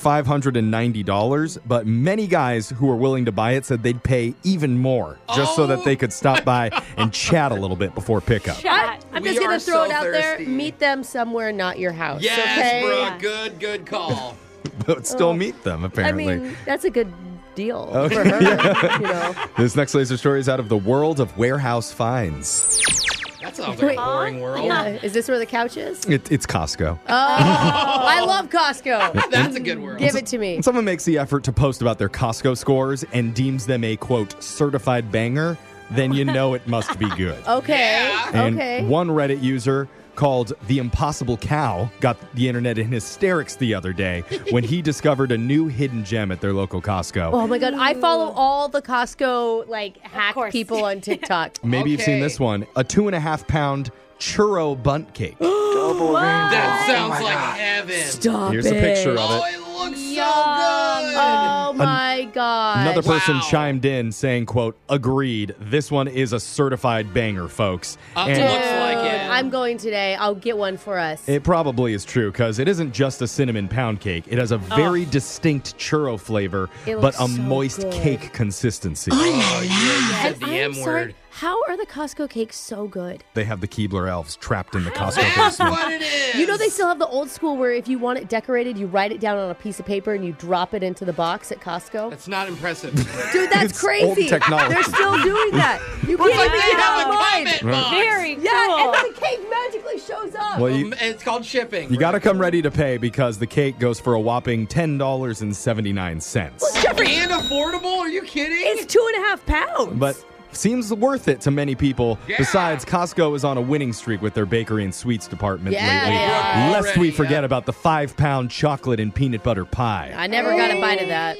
S6: $590, but many guys who were willing to buy it said they'd pay even more just so
S1: Oh.
S6: that they could stop by and chat a little bit before pickup.
S1: I, am
S9: We
S1: just going
S9: are
S1: to throw
S9: so
S1: it out
S9: thirsty.
S1: there. Meet them somewhere, not your house.
S9: Yes,
S1: okay?
S9: Brooke. Good, good call.
S6: But still meet them,
S1: Oh. I
S6: apparently.
S1: mean, that's a good deal
S6: Okay.
S1: for her.
S6: Yeah.
S1: You know?
S6: This next laser story is out of the world of warehouse finds.
S9: That sounds like a
S1: Wait.
S9: boring world.
S1: Yeah. Is this where the couch is?
S6: It, it's Costco.
S1: Oh, I love Costco.
S6: That's
S9: a good world.
S1: Give it to me.
S6: Someone makes the effort to post about their Costco scores and deems them a quote certified banger. then you know it must be good.
S1: Okay.
S6: And
S1: Oh, Okay.
S6: one Reddit user called the Impossible Cow got the internet in hysterics the other day when he discovered a new hidden gem at their local Costco.
S1: Oh my god, I follow all the Costco like hack people on TikTok.
S6: Maybe you've seen this one a two and a half pound churro bunt cake.
S1: Oh,
S6: Double
S9: That sounds like heaven.
S6: Stop Here's a picture of it.
S9: Oh, it looks
S1: Yum. Oh my god.
S6: Another person chimed in saying, quote, agreed. This one is a certified banger, folks. And-
S1: Dude, I'm going today. I'll get one for us.
S6: It probably is true because it isn't just a cinnamon pound cake. It has a very distinct churro flavor,
S1: It
S6: but
S1: looks
S6: a
S1: so
S6: moist
S1: good.
S6: cake consistency.
S1: And
S9: the
S1: I am
S9: M
S1: sorry,
S9: word.
S1: How are the Costco cakes so good?
S6: They have the Keebler elves trapped in the Costco
S1: That's
S6: basement.
S1: what
S9: it is.
S1: You know they still have the old school where if you want it decorated, you write it down on a piece of paper and you drop it into the box at Costco.
S9: That's not impressive.
S1: Dude, that's crazy.
S9: old technology.
S1: They're still doing that. You
S9: We're
S1: can't
S9: like,
S1: even
S9: they
S1: get
S9: have a
S1: online.
S9: comment box. Very
S1: Yeah,
S9: cool.
S1: and then the cake magically shows up.
S6: Well, you- Um,
S9: it's called shipping.
S6: You got to come ready to pay because the cake goes for a whopping $10.79.
S9: And affordable? Are you kidding?
S1: It's two and a half pounds.
S6: But seems worth it to many people. Besides, Costco is on a winning streak with their bakery and sweets department
S1: Yeah,
S6: lately.
S1: they are.
S6: Lest we forget about the five pound chocolate and peanut butter pie.
S1: I never got a bite of that.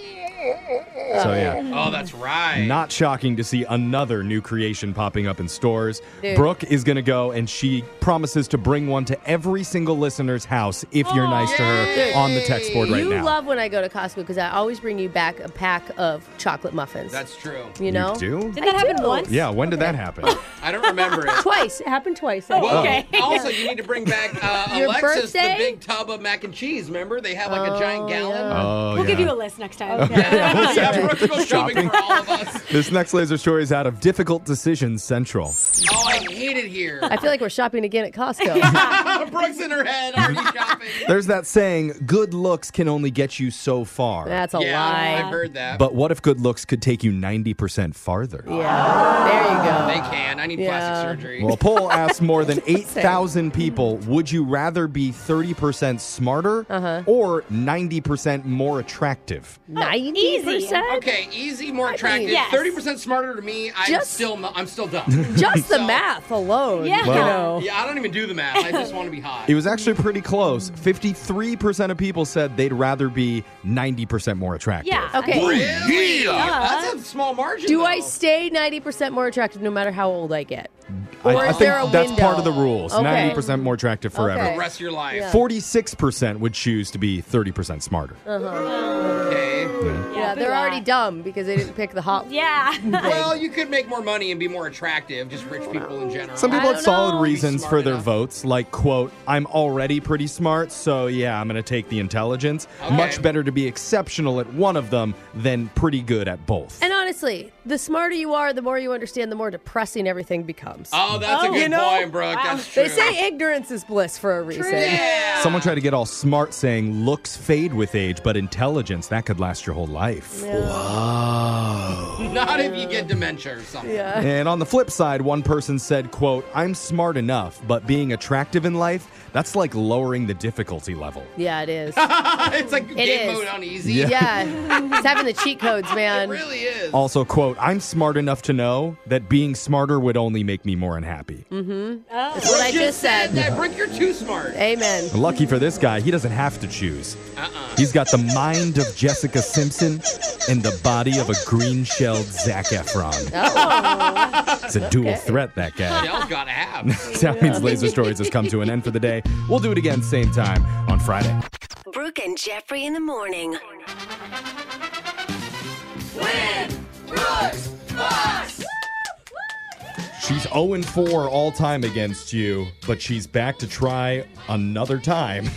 S6: So yeah.
S9: Oh, that's right.
S6: Not shocking to see another new creation popping up in stores.
S1: Dude.
S6: Brooke is going to go and she promises to bring one to every single listener's house if you're nice to her on the text board right
S1: you
S6: now.
S1: love when I go to Costco because I always bring you back a pack of chocolate muffins.
S9: That's true.
S1: You know?
S6: do? Did
S1: that happen once?
S6: yeah, when did that happen?
S9: I don't remember it.
S1: Twice. It happened twice.
S9: Well, Also, you need to bring back uh,
S1: Your
S9: Alexis
S1: birthday?
S9: the big tub of mac and cheese. Remember, they have like a giant gallon.
S6: Oh,
S7: we'll give
S6: yeah.
S7: you a list next time.
S9: yeah, Brooke, go shopping for all of us.
S6: this next laser story is out of Difficult Decisions Central.
S9: Oh, I hate it here.
S1: I feel like we're shopping again at Costco.
S9: Brooke's in her head. Are you shopping?
S6: There's that saying, good looks can only get you so far.
S1: That's a
S9: Yeah,
S1: lie.
S9: I've heard that.
S6: But what if good looks could take you 90% farther?
S1: yeah. There you go.
S9: They can. I need plastic surgery.
S6: Well, a poll asked more than 8,000 people would you rather be 30% smarter
S1: Uh-huh.
S6: or 90% more attractive?
S1: 90%?
S9: Oh, Easy. Okay, easy, more attractive.
S1: yes.
S9: 30% smarter to me. I'm
S1: Just-
S9: still mu- I'm still dumb.
S1: Just the math alone.
S9: yeah.
S6: Well- know.
S9: yeah, I don't even do the math. I just want to be hot.
S6: It was actually pretty close. 53% of people said they'd rather be 90% more attractive.
S1: Okay.
S9: Really? That's a small margin.
S1: Do
S9: though.
S1: I stay 90% more attractive no matter how old I get?
S6: I,
S1: Or is
S6: I think
S1: there a
S6: that's
S1: window?
S6: part of the rules.
S1: Okay.
S6: 90% more attractive forever.
S1: Okay. The
S9: rest of your life. Yeah.
S6: 46% would choose to be 30% smarter.
S1: Uh-huh.
S9: Okay.
S1: Yeah, they're already dumb because they didn't pick the hot.
S7: yeah.
S9: Well, you could make more money and be more attractive, just rich people in general.
S6: Some people had solid reasons for their votes, like, quote, I'm already pretty smart, so yeah, I'm going to take the intelligence. Much better to be exceptional at one of them than pretty good at both.
S1: And honestly, the smarter you are, the more you understand, the more depressing everything becomes.
S9: Oh, that's a good
S1: You know?
S9: point, Brooke. That's true.
S1: They say ignorance is bliss for a reason.
S6: Someone tried to get all smart saying looks fade with age, but intelligence, that could last your whole life. Wow.
S9: Not if you get dementia or something.
S6: and on the flip side, one person said, quote, I'm smart enough, but being attractive in life, that's like lowering the difficulty level.
S1: Yeah, it is.
S9: it's like
S1: game
S9: mode on easy.
S6: Yeah.
S1: Yeah. it's having the cheat codes, man. It
S9: really is.
S6: Also, quote, I'm smart enough to know that being smarter would only make me more unhappy.
S1: Mm-hmm.
S9: Oh.
S1: That's what I just said.
S9: that. Brooke, you're too smart.
S1: Amen.
S6: Lucky for this guy, he doesn't have to choose.
S9: Uh-uh.
S6: He's got the mind of Jessica Simpson and the body of a green shelled Zach Efron.
S1: Oh.
S6: It's a dual threat, that guy.
S9: Shell's got to have.
S6: that means Laser Stories has come to an end for the day. We'll do it again, same time on Friday.
S10: Brooke and Jeffrey in the morning.
S6: She's 0 4 all time against you, but she's back to try another time.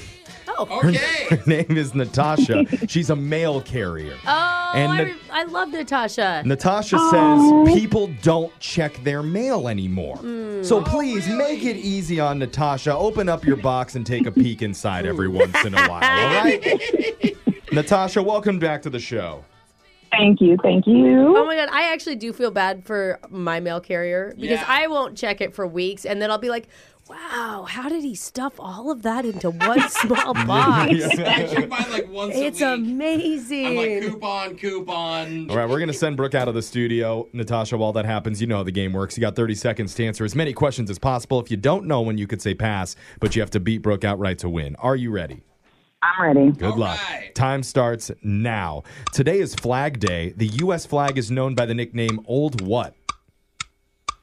S1: Oh.
S6: Her- Her, name is Natasha. She's a mail carrier.
S1: Oh,
S6: And
S1: I,
S6: Na-
S1: re- I love Natasha.
S6: Natasha
S1: Oh.
S6: says people don't check their mail anymore.
S13: Hmm.
S6: So please make it easy on Natasha. Open up your box and take a peek inside every once in a while, all right? Natasha, welcome back to the show.
S13: Thank you. Thank you.
S1: Oh my god, I actually do feel bad for my mail carrier because I won't check it for weeks, and then I'll be like, "Wow, how did he stuff all of that into one small box? it's amazing."
S9: I'm like coupon, coupon.
S6: All right, we're going to send Brooke out of the studio. Natasha, while that happens, you know how the game works. You got 30 seconds to answer as many questions as possible. If you don't know when you could say pass, but you have to beat Brooke outright to win. Are you ready?
S13: I'm ready.
S6: Good luck. Time starts now. Today is Flag Day. The U.S. flag is known by the nickname Old What?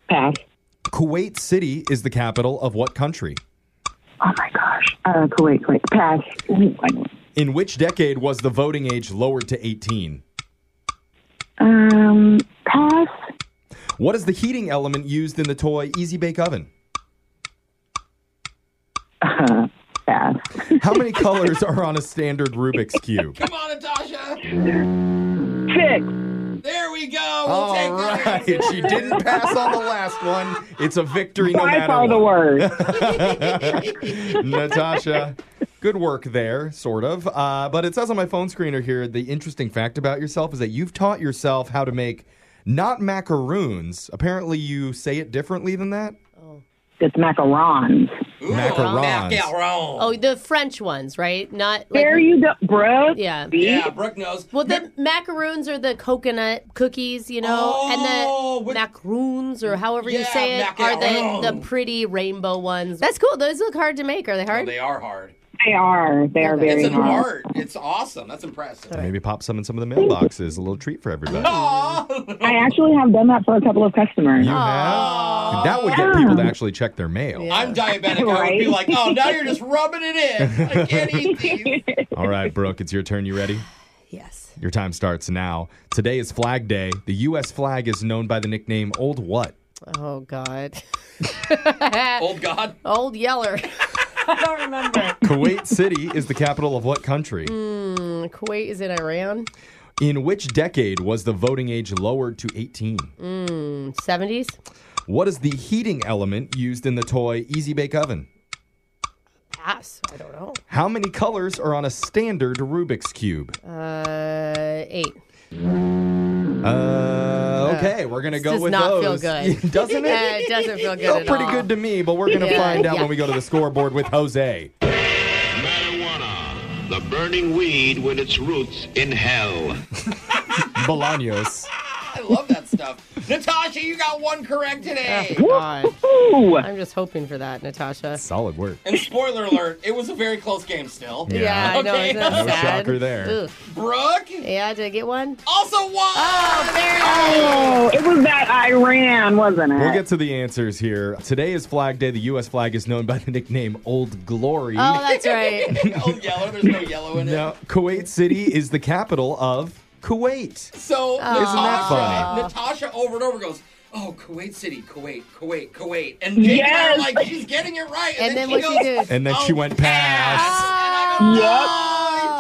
S13: Pass.
S6: Kuwait City is the capital of what country?
S13: Oh my gosh. Uh, Kuwait, Kuwait. Pass.
S6: In which decade was the voting age lowered to 18?
S13: Um, pass.
S6: What is the heating element used in the toy Easy Bake Oven?
S13: Uh, pass.
S6: How many colors are on a standard Rubik's Cube?
S9: Come on, Natasha.
S13: Six.
S9: There we go. We'll
S6: All
S9: take that.
S6: right. She didn't pass on the last one. It's a victory no
S13: By
S6: matter
S13: far the
S6: what. Natasha, good work there, sort of. Uh, but it says on my phone screener here the interesting fact about yourself is that you've taught yourself how to make not macaroons. Apparently, you say it differently than that.
S13: Oh. It's macarons.
S6: Macarons.
S1: Oh, the French ones, right? Not like,
S13: There you go, bro.
S1: Yeah.
S9: Brooke knows.
S1: Well, the macaroons are the coconut cookies, you know,
S9: Oh,
S1: and the macaroons or however you say it are the, the pretty rainbow ones. That's cool. Those look hard to make. Are they hard?
S9: Oh, They are hard.
S13: They are. They are very
S9: it's an
S13: hard.
S9: art. It's awesome. That's impressive.
S6: Maybe pop some in some of the mailboxes. A little treat for everybody.
S13: I actually have done that for a couple of customers.
S6: You have? That would get people to actually check their mail.
S9: I'm diabetic. I would be
S13: Right.
S9: like, oh, now you're just rubbing it in. I can't eat these.
S6: All right, Brooke, it's your turn. You ready?
S1: Yes.
S6: Your time starts now. Today is Flag Day. The U.S. flag is known by the nickname Old What?
S1: Oh God.
S9: Old God.
S1: Old Yeller. I don't remember.
S6: Kuwait City is the capital of what country?
S1: Mm, Kuwait is in Iran.
S6: In which decade was the voting age lowered to 18?
S1: Mm, 70s.
S6: What is the heating element used in the toy Easy Bake Oven?
S1: Pass. I don't know.
S6: How many colors are on a standard Rubik's Cube?
S1: Uh, eight.
S6: Uh, okay, we're going to
S1: This
S6: go
S1: does
S6: with
S1: not feel
S6: those.
S1: good.
S6: Doesn't it?
S1: Uh, it doesn't feel good
S6: Felt
S1: at
S6: pretty
S1: all.
S6: good to me, but we're going to
S1: Yeah.
S6: find out
S1: Yeah.
S6: when we go to the scoreboard with Jose.
S19: The burning weed with its roots in hell.
S6: Bolaños.
S1: Oh,
S9: I love that stuff. Natasha, you got one correct today.
S1: Oh, God. I'm just hoping for that, Natasha.
S6: Solid work.
S9: And spoiler alert, it was a very close game still.
S1: Yeah, I know.
S9: Okay.
S1: Isn't that
S6: No
S1: sad?
S6: shocker there.
S9: Brooke?
S1: Yeah, did I get one?
S9: Also one! Oh,
S1: there
S13: Oh, it was that Iran, wasn't it?
S6: We'll get to the answers here. Today is Flag Day. The U.S. flag is known by the nickname Old Glory.
S1: Oh, that's right.
S9: Old Yeller, there's no yellow in it.
S6: Now, Kuwait City is the capital of Kuwait.
S9: So
S1: Oh,
S6: Isn't that funny?
S9: Natasha, Natasha over and over goes, Oh, Kuwait City, Kuwait, Kuwait, Kuwait. And Jake
S1: Yes.
S9: and I are like, she's getting it right.
S1: And then what
S9: she
S1: she
S9: goes,
S1: did.
S6: And then she went past.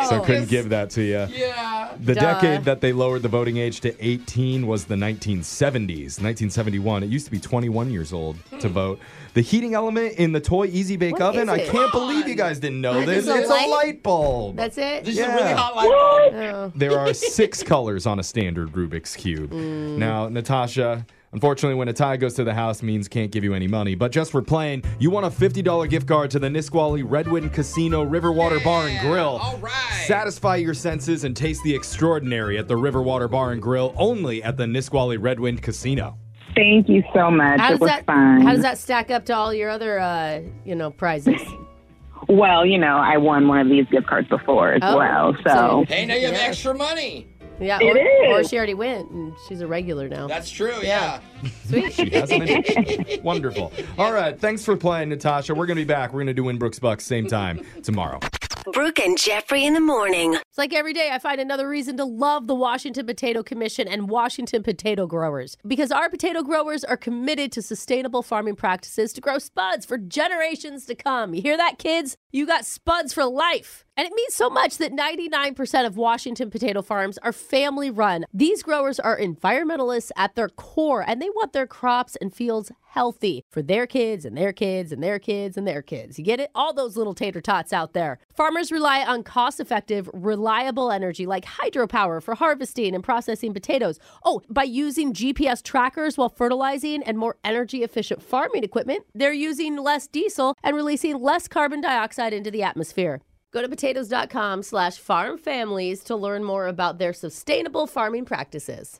S6: So I couldn't give that to you.
S9: Yeah.
S6: The
S1: Duh.
S6: decade that they lowered the voting age to 18 was the 1970s. 1971. It used to be 21 years old to
S9: Hmm.
S6: vote. The heating element in the toy Easy Bake
S1: What
S6: Oven.
S1: is
S6: I
S1: it?
S6: can't believe you guys didn't know
S1: Is
S6: this.
S1: this a
S6: It's
S1: light?
S6: a light bulb.
S1: That's it?
S9: "Oh, This
S6: Yeah.
S9: is a really hot light bulb.
S1: Oh.
S6: There are six colors on a standard Rubik's Cube. Now, Natasha, unfortunately, when a tie goes to the house, means can't give you any money. But just for playing, you want a $50 gift card to the Nisqually Redwood Casino Riverwater Bar and Grill. All right. Satisfy your senses and taste the extraordinary at the Riverwater Bar and Grill only at the Nisqually Redwood Casino.
S13: Thank you so much.
S1: How
S13: it
S1: does
S13: was
S1: that
S13: fun.
S1: how does that stack up to all your other uh, you know, prizes?
S13: Well, you know, I won one of these gift cards before as
S1: Oh,
S13: well. So,
S9: Hey, now you have extra money.
S1: Yeah,
S13: It
S1: or, or
S13: is.
S1: she already went and she's a regular now.
S9: That's true, yeah.
S1: Sweet.
S6: She has an addiction. Wonderful. All right. Thanks for playing, Natasha. We're going to be back. We're going to do Winbrook's Bucks same time tomorrow.
S10: Brooke and Jeffrey in the morning.
S1: It's like every day I find another reason to love the Washington Potato Commission and Washington potato growers because our potato growers are committed to sustainable farming practices to grow spuds for generations to come. You hear that, kids? You got spuds for life. And it means so much that 99% of Washington potato farms are family run. These growers are environmentalists at their core and they want their crops and fields healthy for their kids and their kids and their kids and their kids. You get it? All those little tater tots out there. Farmers rely on cost effective, reliable, reliable energy like hydropower for harvesting and processing potatoes. Oh, by using GPS trackers while fertilizing and more energy efficient farming equipment, they're using less diesel and releasing less carbon dioxide into the atmosphere. Go to potatoes.com slash farm families to learn more about their sustainable farming practices.